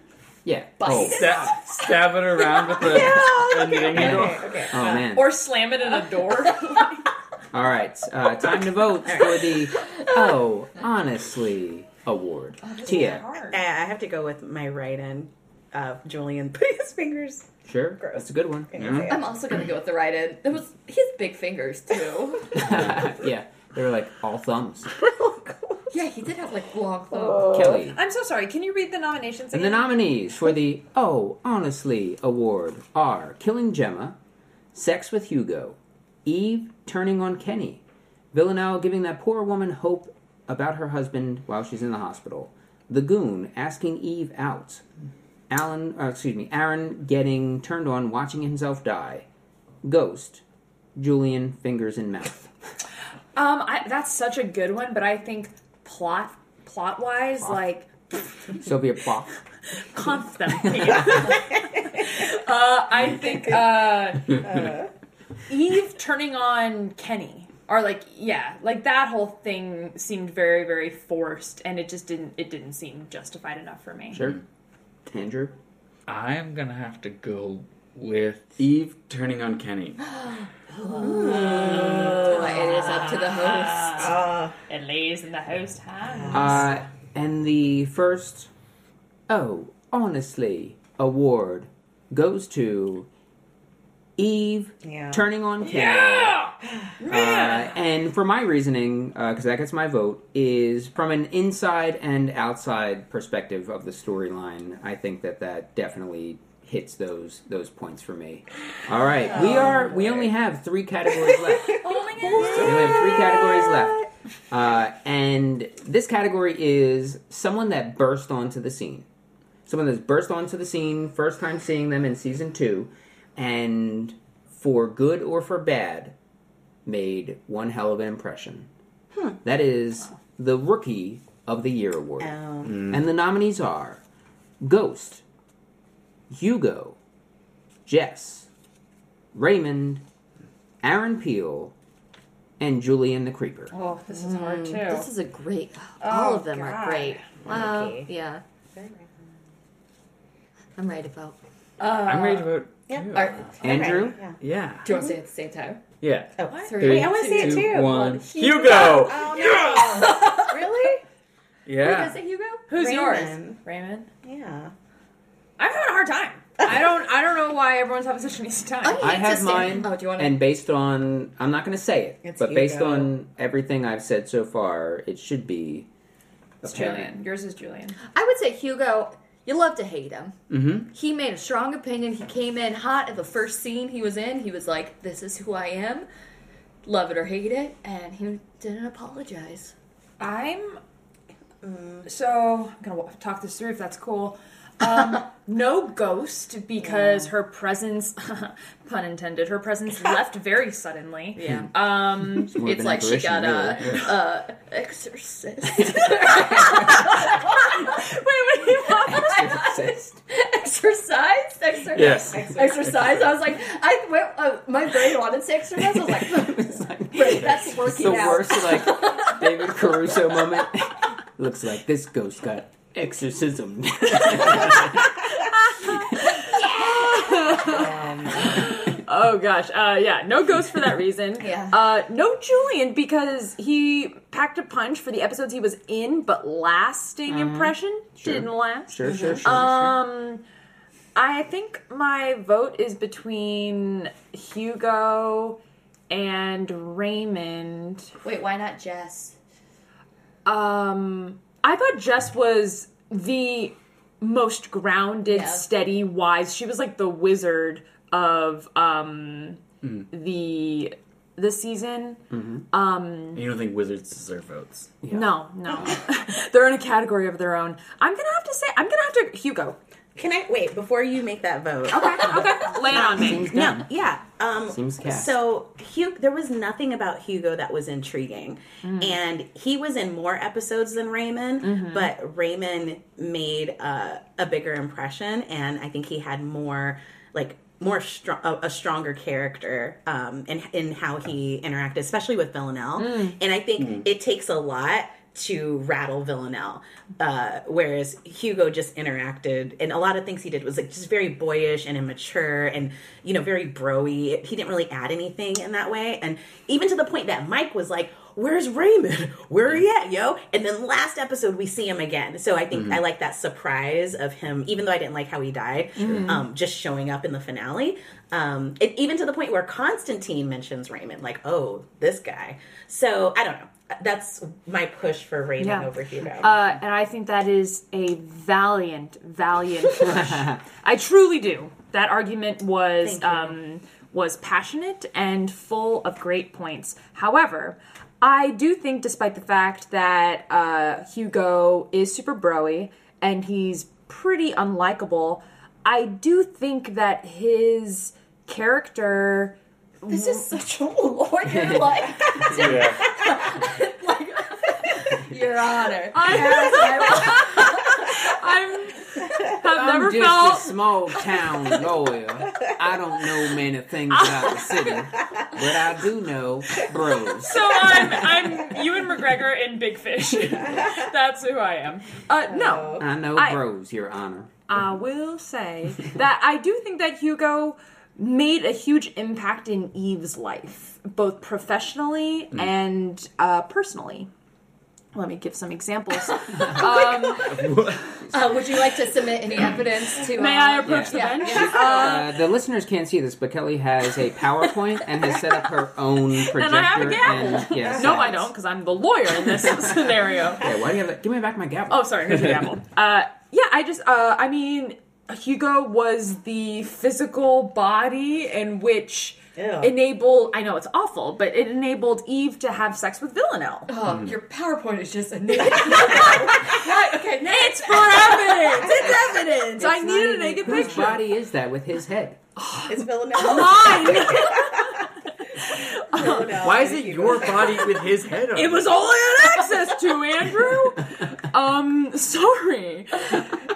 S1: Yeah.
S5: Bust
S1: Oh.
S5: it.
S2: Stab, stab it around with the, the knitting needle.
S1: Oh man!
S4: or slam it in a door
S1: All right, uh, time to vote for the Oh Honestly Award.
S4: Oh,
S1: Tia,
S3: I, I have to go with my write-in. Uh, Julian putting his fingers.
S1: sure, that's a good one.
S3: in his
S5: I'm
S3: hair.
S5: also gonna go with the right end. It was his big fingers too.
S1: yeah, they were like all thumbs.
S5: yeah, he did have like long thumbs.
S1: Kelly.
S4: i'm so sorry can you read the nominations
S1: And the nominees for the Oh Honestly Award are Killing Gemma, Sex with Hugo, Eve turning on Kenny, Villanelle giving that poor woman hope about her husband while she's in the hospital, The Goon asking Eve out, Alan, uh, excuse me, Aaron getting turned on watching himself die, Ghost, Julian fingers in mouth.
S4: Um, I, that's such a good one, but I think plot plot wise, like
S1: Sylvia Plath.
S4: Constantine.
S7: Uh, I think
S4: uh, Eve turning on Kenny. Or like yeah, like that whole thing seemed very very forced, and it just didn't it didn't seem justified enough for me.
S1: Sure. Andrew.
S2: I'm gonna have to go with Eve turning on Kenny.
S5: it is up to the host.
S4: It lays in the host hand.
S1: Uh, and the first, oh, honestly, award goes to Eve
S3: Yeah.
S1: turning on Kenny.
S4: Ah!
S1: Uh, and for my reasoning, because that gets my vote, is from an inside and outside perspective of the storyline. I think that that definitely hits those those points for me. All right, we are we only have three categories left. So we have three categories left. Uh, and this category is someone that burst onto the scene. Someone that's burst onto the scene, first time seeing them in season two, and for good or for bad, made one hell of an impression. That is the Rookie of the Year
S5: Oh.
S1: award.
S3: Um,
S1: And the nominees are Ghost, Hugo, Jess, Raymond, Aaron Peel, and Julian the Creeper.
S4: Oh, this is hard too.
S5: This is a great.
S7: Oh,
S5: all of them
S4: God.
S5: are great. Wow.
S3: Okay.
S5: Yeah. I'm ready to vote.
S4: Uh,
S2: I'm ready to vote.
S3: yeah.
S2: too.
S7: Or-
S1: Andrew?
S3: Yeah.
S2: Yeah.
S7: do you want to say it at the same time?
S2: Yeah.
S3: Oh,
S7: Three,
S3: Wait, I want to see it
S2: two,
S3: too.
S2: one. Hugo!
S3: Oh, no. really?
S2: Yeah.
S5: it Hugo?
S4: Who's yours,
S3: Raymond.
S4: Raymond?
S3: Yeah.
S4: I'm having a hard time. I don't I don't know why everyone's having such an easy time.
S1: I have
S5: Just
S1: mine,
S5: in- Oh, do you want to?
S1: and based on, I'm not going to say it,
S3: It's
S1: but based
S3: Hugo.
S1: on everything I've said so far, it should be.
S4: It's Julian. Yours is Julian.
S5: I would say Hugo. You love to hate him.
S1: Mm-hmm.
S5: He made a strong opinion. He came in hot at the first scene he was in. He was like, "This is who I am, love it or hate it," and he didn't apologize.
S4: I'm mm, so I'm gonna wa- talk this through if that's cool. Um, no ghost because her presence, pun intended, her presence left very suddenly.
S5: Yeah.
S4: Um,
S5: It's like she got a uh, exorcist.
S4: wait, wait, what?
S5: uh, exercise, exercise,
S2: Yes.
S5: exercise. I was like, I went, uh, my brain wanted to exercise. I was like, wait, that's working
S1: the
S5: out.
S1: worst like David Caruso moment. Looks like this ghost got exorcism.
S3: Um,
S4: Oh gosh, uh, yeah, no ghost for that reason.
S5: Yeah.
S4: uh, no Julian because he packed a punch for the episodes he was in, but lasting impression
S1: Sure.
S4: didn't last.
S1: sure, sure, sure.
S4: Um, I think my vote is between Hugo and Raymond.
S5: Wait, why not Jess?
S4: Um, I thought Jess was the most grounded,
S5: Yeah.
S4: steady, wise. She was like the wizard of um the the season.
S2: You don't think wizards deserve votes?
S4: No, no, they're in a category of their own. I'm gonna have to say, I'm gonna have to Hugo.
S3: Can I wait before you make that vote?
S4: Okay, okay, lay it on me.
S3: No, yeah. Um,
S1: Seems cast.
S3: So Hugh, there was nothing about Hugo that was intriguing,
S1: Mm.
S3: and he was in more episodes than Raymond.
S1: Mm-hmm.
S3: But Raymond made uh, a bigger impression, and I think he had more like more str- a, a stronger character um, in in how he interacted, especially with Villanelle.
S1: Mm.
S3: And I think it takes a lot. To rattle Villanelle, uh, whereas Hugo just interacted, and a lot of things he did was like just very boyish and immature, and you know very broy. He didn't really add anything in that way, and even to the point that Mike was like, "Where's Raymond? Where are you at, yo?" And then last episode we see him again, so I think I like that surprise of him, even though I didn't like how he died, um, just showing up in the finale. Um, and even to the point where Constantine mentions Raymond, like, "Oh, this guy." So I don't know. That's my push for Raymond
S4: Yeah.
S3: over Hugo.
S4: Uh, and I think that is a valiant, valiant push. I truly do. That argument was
S3: Thank you.
S4: um, was passionate and full of great points. However, I do think, despite the fact that uh, Hugo is super broy and he's pretty unlikable, I do think that his character.
S5: This is such a lawyer like,
S2: Yeah.
S5: like Your Honor.
S4: I I'm, have
S1: I'm
S4: never
S1: just
S4: felt.
S1: a small town lawyer. I don't know many things about the city, but I do know bros.
S4: So I'm I'm Ewan McGregor in Big Fish. That's who I am. Uh, no,
S1: I know
S4: I-
S1: bros, Your Honor.
S4: I will say that I do think that Hugo made a huge impact in Eve's life, both professionally and uh, personally. Let me give some examples. um,
S7: Uh, would you like to submit any evidence to?
S4: may
S7: uh,
S4: I approach
S7: yeah.
S4: the bench?
S5: Oh,
S1: Uh, the listeners can't see this, but Kelly has a PowerPoint and has set up her own projector.
S4: I have a
S1: and- yeah,
S4: No, I
S1: slides.
S4: don't, because I'm the lawyer in this scenario.
S1: Yeah, why do you have that? Give me back my gavel.
S4: Oh, sorry, here's the apple. Uh, yeah, I just, uh, I mean, Hugo was the physical body in which
S3: Ew.
S4: enabled, I know it's awful, but it enabled Eve to have sex with Villanelle.
S5: Oh,
S1: Mm-hmm.
S5: your PowerPoint is just a Right, okay, next.
S4: It's for evidence! It's evidence! I need a naked
S1: Whose
S4: picture.
S1: body is that with his head?
S3: It's
S4: Oh.
S3: Villanelle.
S4: Mine!
S3: Villanelle.
S2: Why is it your body with his head on?
S4: It was all I had access to, Andrew! Um, sorry.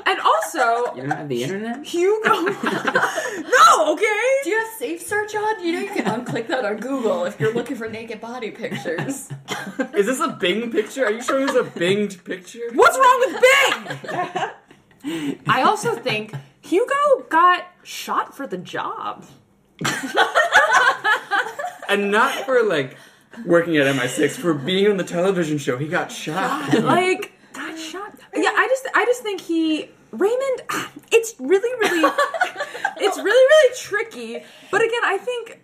S4: And also,
S1: You don't have the internet?
S4: Hugo. no, okay?
S7: Do you have safe search on? You know you can unclick that on Google if you're looking for naked body pictures.
S2: Is this a Bing picture? Are you showing us a Binged picture?
S4: What's wrong with Bing? I also think Hugo got shot for the job.
S2: And not for like working at MI6, for being on the television show. He got shot.
S4: Like, got shot. Yeah, I just I just think he Raymond ah, it's really really it's really really tricky. But again, I think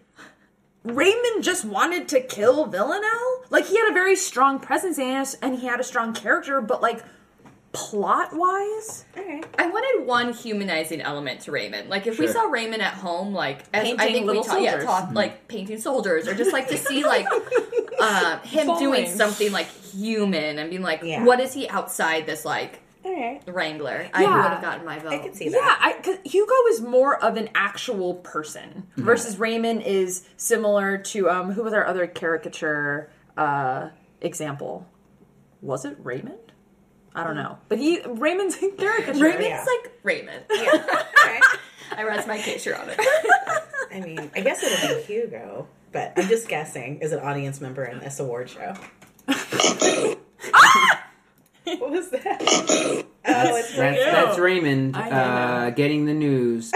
S4: Raymond just wanted to kill Villanelle. Like he had a very strong presence and and he had a strong character, but like plot wise,
S3: Okay.
S5: I wanted one humanizing element to Raymond. Like if we
S2: Sure.
S5: saw Raymond at home, like as I
S4: Painting
S5: think
S4: little
S5: we talked, yeah,
S4: soldiers.
S5: talk, like painting soldiers, or just like to see like uh, him
S4: Falling.
S5: doing something like human and being like,
S3: Yeah.
S5: what is he outside this like
S3: All right.
S5: Wrangler? I
S4: Yeah.
S5: would have gotten my vote.
S3: I can see
S4: Yeah,
S3: that.
S4: I, cause Hugo is more of an actual person versus Raymond is similar to um, who was our other caricature uh, example? Was it Raymond? I don't know, but he Raymond's a caricature.
S5: Raymond's
S3: yeah.
S5: like Raymond.
S3: Okay.
S5: I rest my case, Your Honor.
S3: I mean, I guess it'll be Hugo, but I'm just guessing as an audience member in this award show. what was that? Oh,
S1: That's,
S3: it's
S4: Ew.
S1: that's Raymond
S4: I
S1: uh, getting the news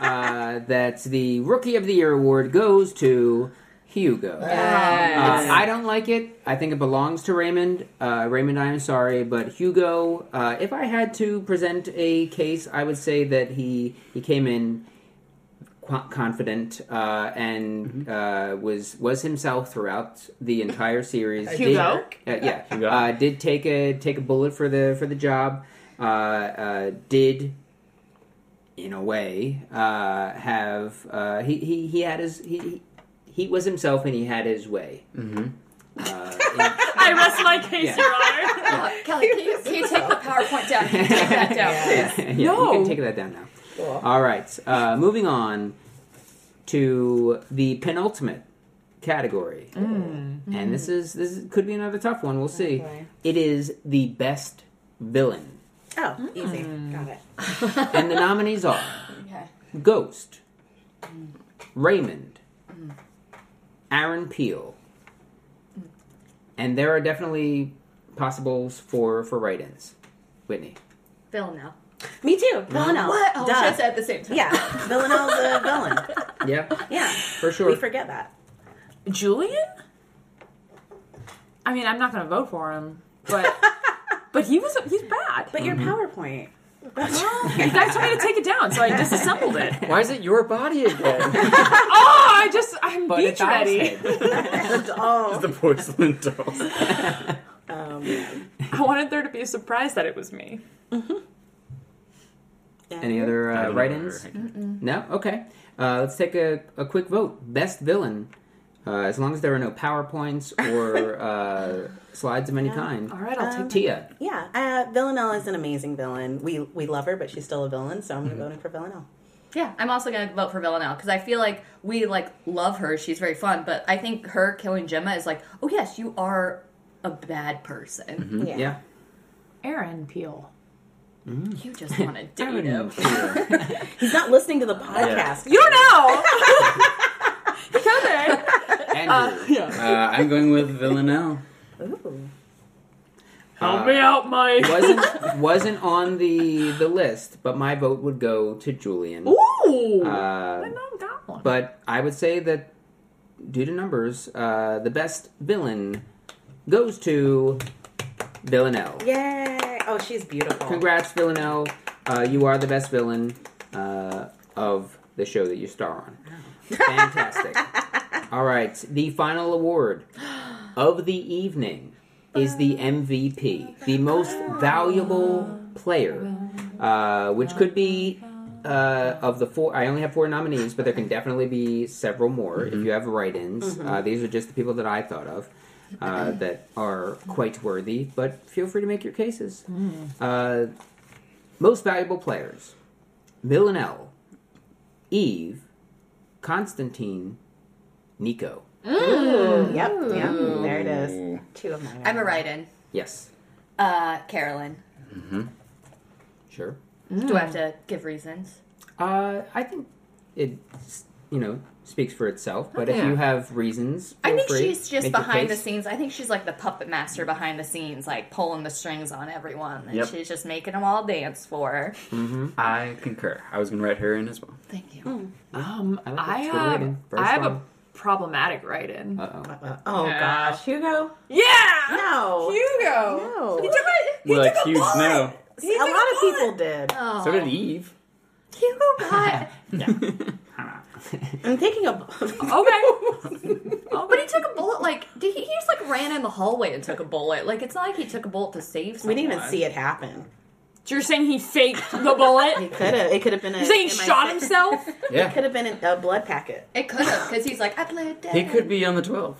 S1: uh, that the Rookie of the Year award goes to Hugo. Uh, I don't like it. I think it belongs to Raymond. Uh, Raymond, I'm sorry, but Hugo. Uh, if I had to present a case, I would say that he he came in qu- confident uh,
S4: Mm-hmm.
S1: and uh, was was himself throughout the entire series. Did-
S4: Hugo?
S1: uh, yeah,
S2: Hugo.
S1: Uh, did take a take a bullet for the for the job. Uh, uh, did in a way uh, have uh, he, he he had his he. he he was himself and he had his way. Mm-hmm. Uh,
S4: I rest my case,
S1: Yeah.
S4: Your Honor.
S5: Uh, Kelly, can you, can you take the PowerPoint down? Can you take that down,
S3: Yeah.
S5: please?
S1: yeah,
S4: No.
S1: you can take that down now.
S3: Cool.
S1: All right, uh, moving on to the penultimate category, and this is this is, could be another tough one. We'll see.
S3: Okay.
S1: It is the best villain,
S3: Oh, easy. Got it.
S1: and the nominees are
S7: Okay.
S1: Ghost, Raymond, Aaron Peel, and there are definitely possibles for for write-ins. Whitney,
S5: Villanelle.
S3: Me too. Villanelle.
S7: What? Oh,
S3: Duh.
S7: should I say at the same time.
S3: Yeah. Villanelle's a villain.
S1: yeah,
S3: Yeah.
S1: for sure.
S3: We forget that.
S4: Julian. I mean, I'm not going to vote for him, but but he was he's bad.
S3: But your
S2: Mm-hmm.
S3: PowerPoint.
S4: you guys told me to take it down, so I disassembled it.
S2: Why is it your body again?
S4: Oh, I just I'm
S1: But
S4: beach
S1: it's Alice
S4: ready.
S1: Head.
S3: oh.
S2: the porcelain dolls.
S3: Um, yeah.
S4: I wanted there to be a surprise that it was me.
S1: Any other
S2: I
S1: uh,
S2: don't
S1: write ins?
S2: remember.
S1: No? Okay. Uh, let's take a, a quick vote. Best villain. Uh, as long as there are no PowerPoints or uh, slides of any kind. Um,
S4: All right, I'll take
S1: Tia.
S3: Yeah, uh, Villanelle is an amazing villain. We we love her, but she's still a villain, so I'm
S4: Mm-hmm.
S3: going to vote in for Villanelle.
S5: Yeah, I'm also gonna vote for Villanelle because I feel like we like love her. She's very fun, but I think her killing Gemma is like, oh yes,
S1: Mm-hmm.
S5: you are a bad person.
S1: Yeah.
S3: Yeah.
S4: Aaron Peel.
S7: You just want to date him.
S2: Sure.
S3: He's not listening to the podcast.
S4: You don't know. He could be.
S1: Andrew.
S2: uh, I'm going with Villanelle.
S3: Ooh.
S4: Help me out, Mike.
S1: wasn't wasn't on the the list, but my vote would go to Julian.
S4: Ooh.
S1: Uh,
S4: Mom got one.
S1: but I would say that due to numbers, uh, the best villain goes to Villanelle.
S3: Yay! Oh, she's beautiful.
S1: Congrats, Villanelle. Uh, you are the best villain uh, of the show that you star on. Fantastic. All right, the final award of the evening is the MVP, the most valuable player, uh, which could be. Uh, of the four, I only have four nominees, but there can definitely be several more if you have write-ins. Uh, these are just the people that I thought of uh, that are quite worthy. But feel free to make your cases. Uh, most valuable players: Villanelle, Eve, Constantine, Nico.
S3: Yep, yep. There it is. Two of mine.
S7: I'm a write-in.
S1: Yes,
S7: Uh, Carolyn.
S1: sure. Mm.
S7: Do I have to give reasons?
S1: Uh, I think it, you know, speaks for itself. But if
S7: Okay.
S1: you have reasons,
S7: I
S1: feel
S7: think
S1: free,
S7: she's just
S1: make your
S7: behind the
S1: case.
S7: scenes. I think she's like the puppet master behind the scenes, like pulling the strings on everyone, and
S2: Yep.
S7: she's just making them all dance for. her.
S2: I concur. I was going to write her in as well.
S7: Thank you.
S1: Um, I, like
S4: I
S1: that's good
S4: have,
S1: rating. First
S4: I have a
S1: one.
S4: problematic write-in.
S1: Uh-oh.
S3: Uh, oh
S4: Yeah.
S3: gosh, Hugo.
S4: yeah.
S3: No,
S4: Hugo.
S3: no.
S4: He took a, he
S2: Well,
S4: took a
S2: huge
S4: bullet.
S2: no.
S4: He
S3: a
S4: took
S3: lot of
S4: bullet.
S3: people did.
S7: Oh,
S2: So did Eve.
S7: Hugo got.
S3: I'm thinking of.
S4: Okay.
S7: but he took a bullet. Like did he, he just like ran in the hallway and took a bullet. Like it's not like he took a bullet to save.
S3: we
S7: Someone.
S3: didn't even see it happen.
S4: You're saying he faked the bullet?
S3: It could have. It could have been a.
S4: You're saying he
S3: it might-
S4: shot himself?
S2: Yeah.
S3: It could have been a, a blood packet.
S7: It could have because he's like I played dead.
S2: He could be on the 12th.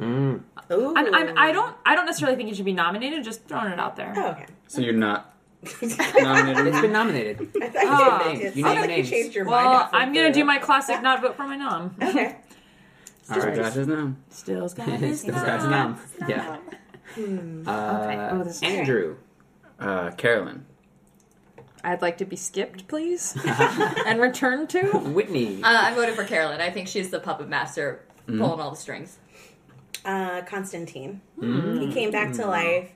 S1: Mm.
S3: Ooh.
S4: I'm, I'm, I don't. I don't necessarily think he should be nominated. Just throwing it out there.
S3: Oh, okay.
S2: So you're not
S1: It's
S2: nominated.
S1: been nominated.
S3: I thought
S4: Ah.
S3: you,
S1: You
S3: it
S1: need
S3: sounds like you
S1: names.
S3: changed your mind.
S4: well,
S3: halfway
S4: I'm gonna
S3: through.
S4: do my classic not vote for my nom.
S3: Okay.
S1: All
S2: So Josh
S1: right.
S2: is now.
S4: Still's got
S1: It's
S4: his
S1: the
S4: nom.
S1: first nom. Yeah.
S7: Okay.
S1: Uh,
S4: Oh, this is-
S1: Andrew.
S2: Uh, Carolyn.
S4: I'd like to be skipped, please, and returned to.
S1: Whitney.
S7: Uh, I voted for Carolyn. I think she's the puppet master
S1: Mm-hmm.
S7: pulling all the strings.
S3: Uh, Constantine. He came back to life.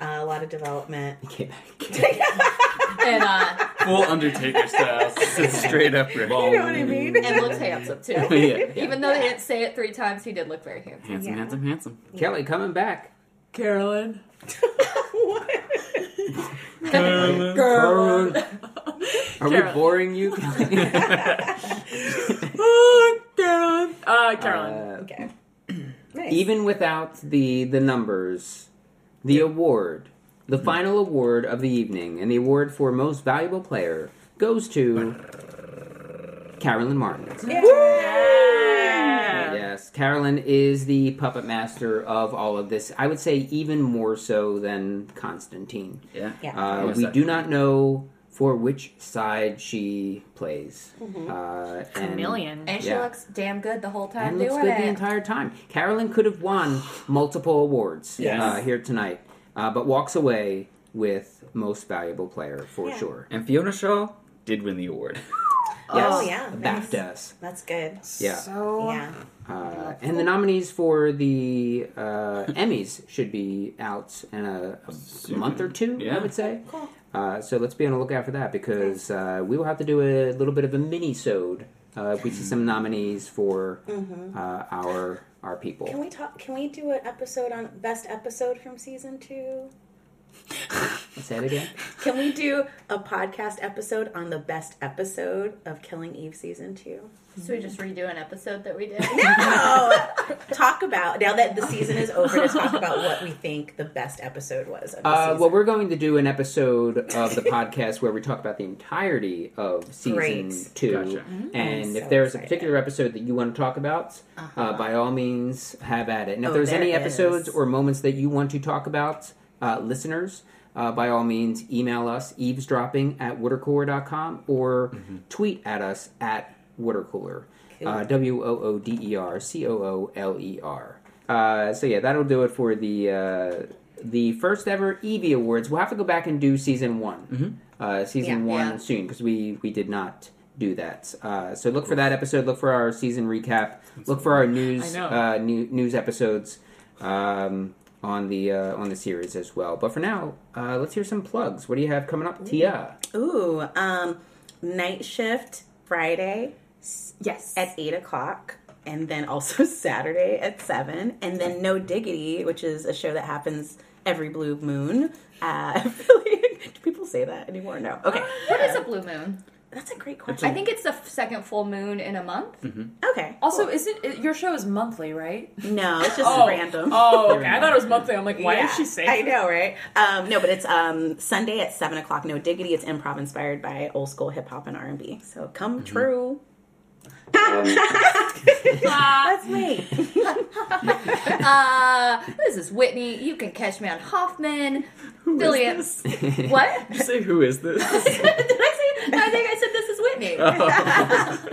S3: Uh, a lot of development.
S1: Okay, back.
S7: And uh,
S2: Full Undertaker style. Straight up.
S3: You know what I mean?
S7: and looks handsome too.
S2: yeah.
S7: Even though they didn't say it three times, he did look very handsome.
S2: Handsome,
S3: Yeah.
S2: handsome, handsome.
S1: Kelly coming back.
S4: Carolyn.
S3: What?
S2: Carolyn.
S1: Carolyn. Are we
S4: Carolyn.
S1: boring you? Kelly?
S4: Oh, Carolyn. Uh, Carolyn.
S1: Uh,
S3: Okay. Nice.
S1: even without the the numbers, the award, the final award of the evening, and the award for most valuable player goes to Carolyn Martin. Yes, Carolyn is the puppet master of all of this. I would say even more so than Constantine.
S2: Yeah.
S3: Yeah.
S1: Uh,
S2: Yes,
S1: we
S2: I-
S1: do not know for which side she plays. Uh, and-
S4: Chameleon.
S7: And she
S1: Yeah.
S7: looks damn good the whole time
S1: and
S7: doing
S1: looks good
S7: it.
S1: the entire time. Carolyn could have won multiple awards
S2: Yes.
S1: uh, here tonight, uh, but walks away with most valuable player for
S3: Yeah.
S1: sure.
S2: And Fiona Shaw did win the award.
S3: Oh,
S1: Yes,
S3: yeah,
S1: the
S3: nice.
S1: BAFTAs.
S3: That's good.
S1: Yeah.
S4: So
S3: Yeah.
S1: Uh, and the nominees for the uh, Emmys should be out in a, a month or two, I
S2: Yeah.
S1: would say.
S3: Cool.
S1: Uh, so let's be on the lookout for that because uh, we will have to do a little bit of a mini-sode uh, if we see some nominees for uh, our our people.
S3: Mm-hmm. Can we talk? Can we do an episode on best episode from season two?
S1: Say it again.
S3: Can we do a podcast episode on the best episode of Killing Eve season two?
S7: So we just redo an episode that we did.
S3: Oh, talk about now that the season is over to talk about what we think the best episode was. Of the
S1: Uh,
S3: season.
S1: well, we're going to do an episode of the podcast where we talk about the entirety of season
S3: Great. Mm-hmm.
S1: two.
S2: Gotcha.
S1: And
S3: I'm
S1: if
S3: so
S1: there's a
S3: excited. Uh-huh.
S1: particular episode that you want to talk about, uh by all means, have at it. And if
S3: Oh,
S1: there's
S3: there
S1: any
S3: is.
S1: episodes or moments that you want to talk about, uh, listeners, uh, by all means, email us eavesdropping at watercooler.com or tweet at us at watercooler. Uh, W O O D E R C O O L E R. Uh, so yeah, that'll do it for the uh, the first ever Evie Awards. We'll have to go back and do season one, uh, season
S5: Yeah.
S1: one
S5: Yeah.
S1: soon because we we did not do that. Uh, so look for that episode. Look for our season recap. Look for our news
S4: I know.
S1: uh, new, news episodes um, on the uh, on the series as well. But for now, uh, let's hear some plugs. What do you have coming up, Tia?
S3: Ooh, um, night shift Friday
S4: Yes.
S3: at eight o'clock, and then also Saturday at seven, and then No Diggity, which is a show that happens every blue moon. Uh, really? Do people say that anymore? No.
S4: Uh,
S3: Okay,
S7: What is a blue moon?
S3: that's a great question.
S5: I think it's the f- second full moon in a month.
S1: Mm-hmm.
S3: okay.
S4: also, isn't it- your show is monthly, right?
S3: no, it's just random.
S4: Oh, okay. I thought it was monthly. I'm like, why
S3: Yeah,
S4: is she saying?
S3: I know, right? Um, no, but it's um, Sunday at seven o'clock. No diggity. It's improv inspired by old school hip hop and R and B. So come true. That's me.
S5: Uh, this is Whitney. You can catch me on Hoffman. Billy. What?
S2: You say who is this?
S5: Did I say? I think I said this is Whitney.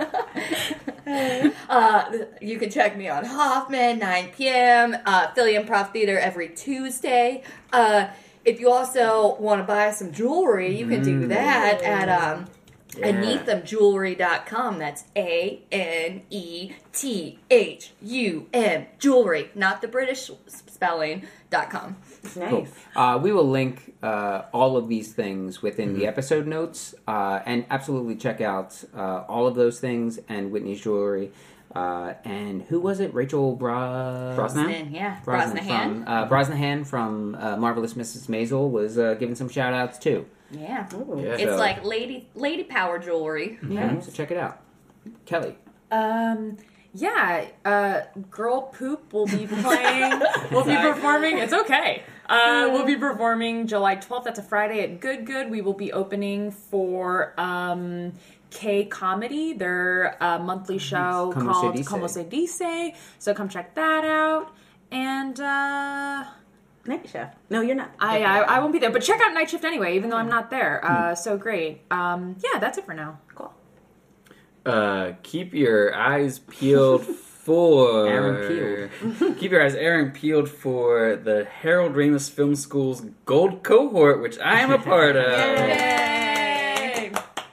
S5: uh, you can check me on Hoffman 9 p.m. Uh, Philly Improv Theater every Tuesday. Uh, if you also want to buy some jewelry, you can do that at um, AnethamJewelry.com. That's A N E T H U M jewelry, not the British spelling. Dot com.
S3: Nice.
S1: Cool. Uh, we will link uh, all of these things within the episode notes, uh, and absolutely check out uh, all of those things and Whitney's jewelry. Uh, and who was it? Rachel Bra-
S2: Brosnan?
S5: And yeah, Brosnahan.
S1: Brosnahan. From, uh, Brosnahan from uh, Marvelous Mrs. Maisel was uh, giving some shout outs too.
S5: Yeah.
S2: Yeah.
S5: It's
S1: So-
S5: like lady lady power jewelry.
S1: Yeah, so check it out. Kelly.
S4: Um, yeah, uh, Girl Poop will be playing, will be performing. It's okay. Uh, we'll be performing July 12th. That's a Friday at Good Good. We will be opening for um, K Comedy, their uh, monthly show
S1: Como se
S4: called
S1: dice.
S4: Como Se Dice. So come check that out. And uh,
S3: Night shift. No, you're not.
S4: I, I I won't be there, but check out Night Shift anyway, even though I'm not there. Uh, so great. Um, yeah, that's it for now.
S3: cool.
S2: Uh, keep your eyes peeled for
S1: Aaron
S2: keep your eyes Aaron peeled for the Harold Ramis Film School's Gold Cohort, which I am a part of.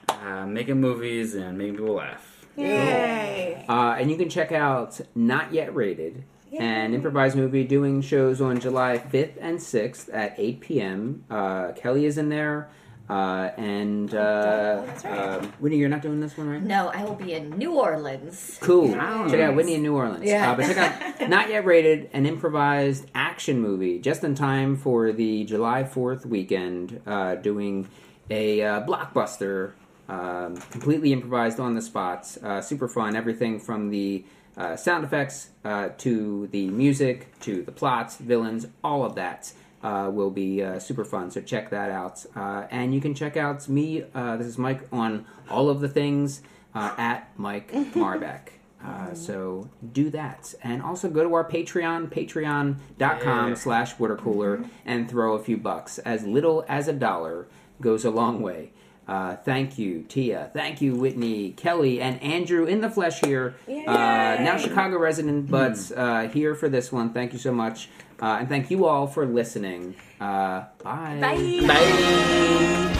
S2: Uh, making movies and making people laugh.
S3: Yay.
S1: Uh, and you can check out Not Yet Rated, an improvised movie doing shows on July 5th and 6th at 8 p.m. Uh, Kelly is in there. Uh, and uh, um, Whitney, you're not doing this one, right?
S5: Oh, No, I will be in New Orleans.
S1: Cool.
S2: Nice.
S1: Check out Whitney in New Orleans.
S5: Yeah.
S1: Uh, but check out Not Yet Rated, an improvised action movie just in time for the July 4th weekend, uh, doing a uh, blockbuster, um, completely improvised on the spot. Uh, super fun. Everything from the uh, sound effects uh, to the music to the plots, villains, all of that. Uh, will be uh, super fun, so check that out. Uh, and you can check out me, uh, this is Mike, on all of the things uh, at Mike Marbeck. Uh, so do that. And also go to our Patreon, patreon.com
S2: Yeah.
S1: slash watercooler, and throw a few bucks. As little as a dollar goes a long way. Uh, thank you, Tia. Thank you, Whitney, Kelly, and Andrew in the flesh here. Uh, now Chicago resident, but uh, here for this one. Thank you so much. Uh, and thank you all for listening. Uh, Bye.
S2: Bye.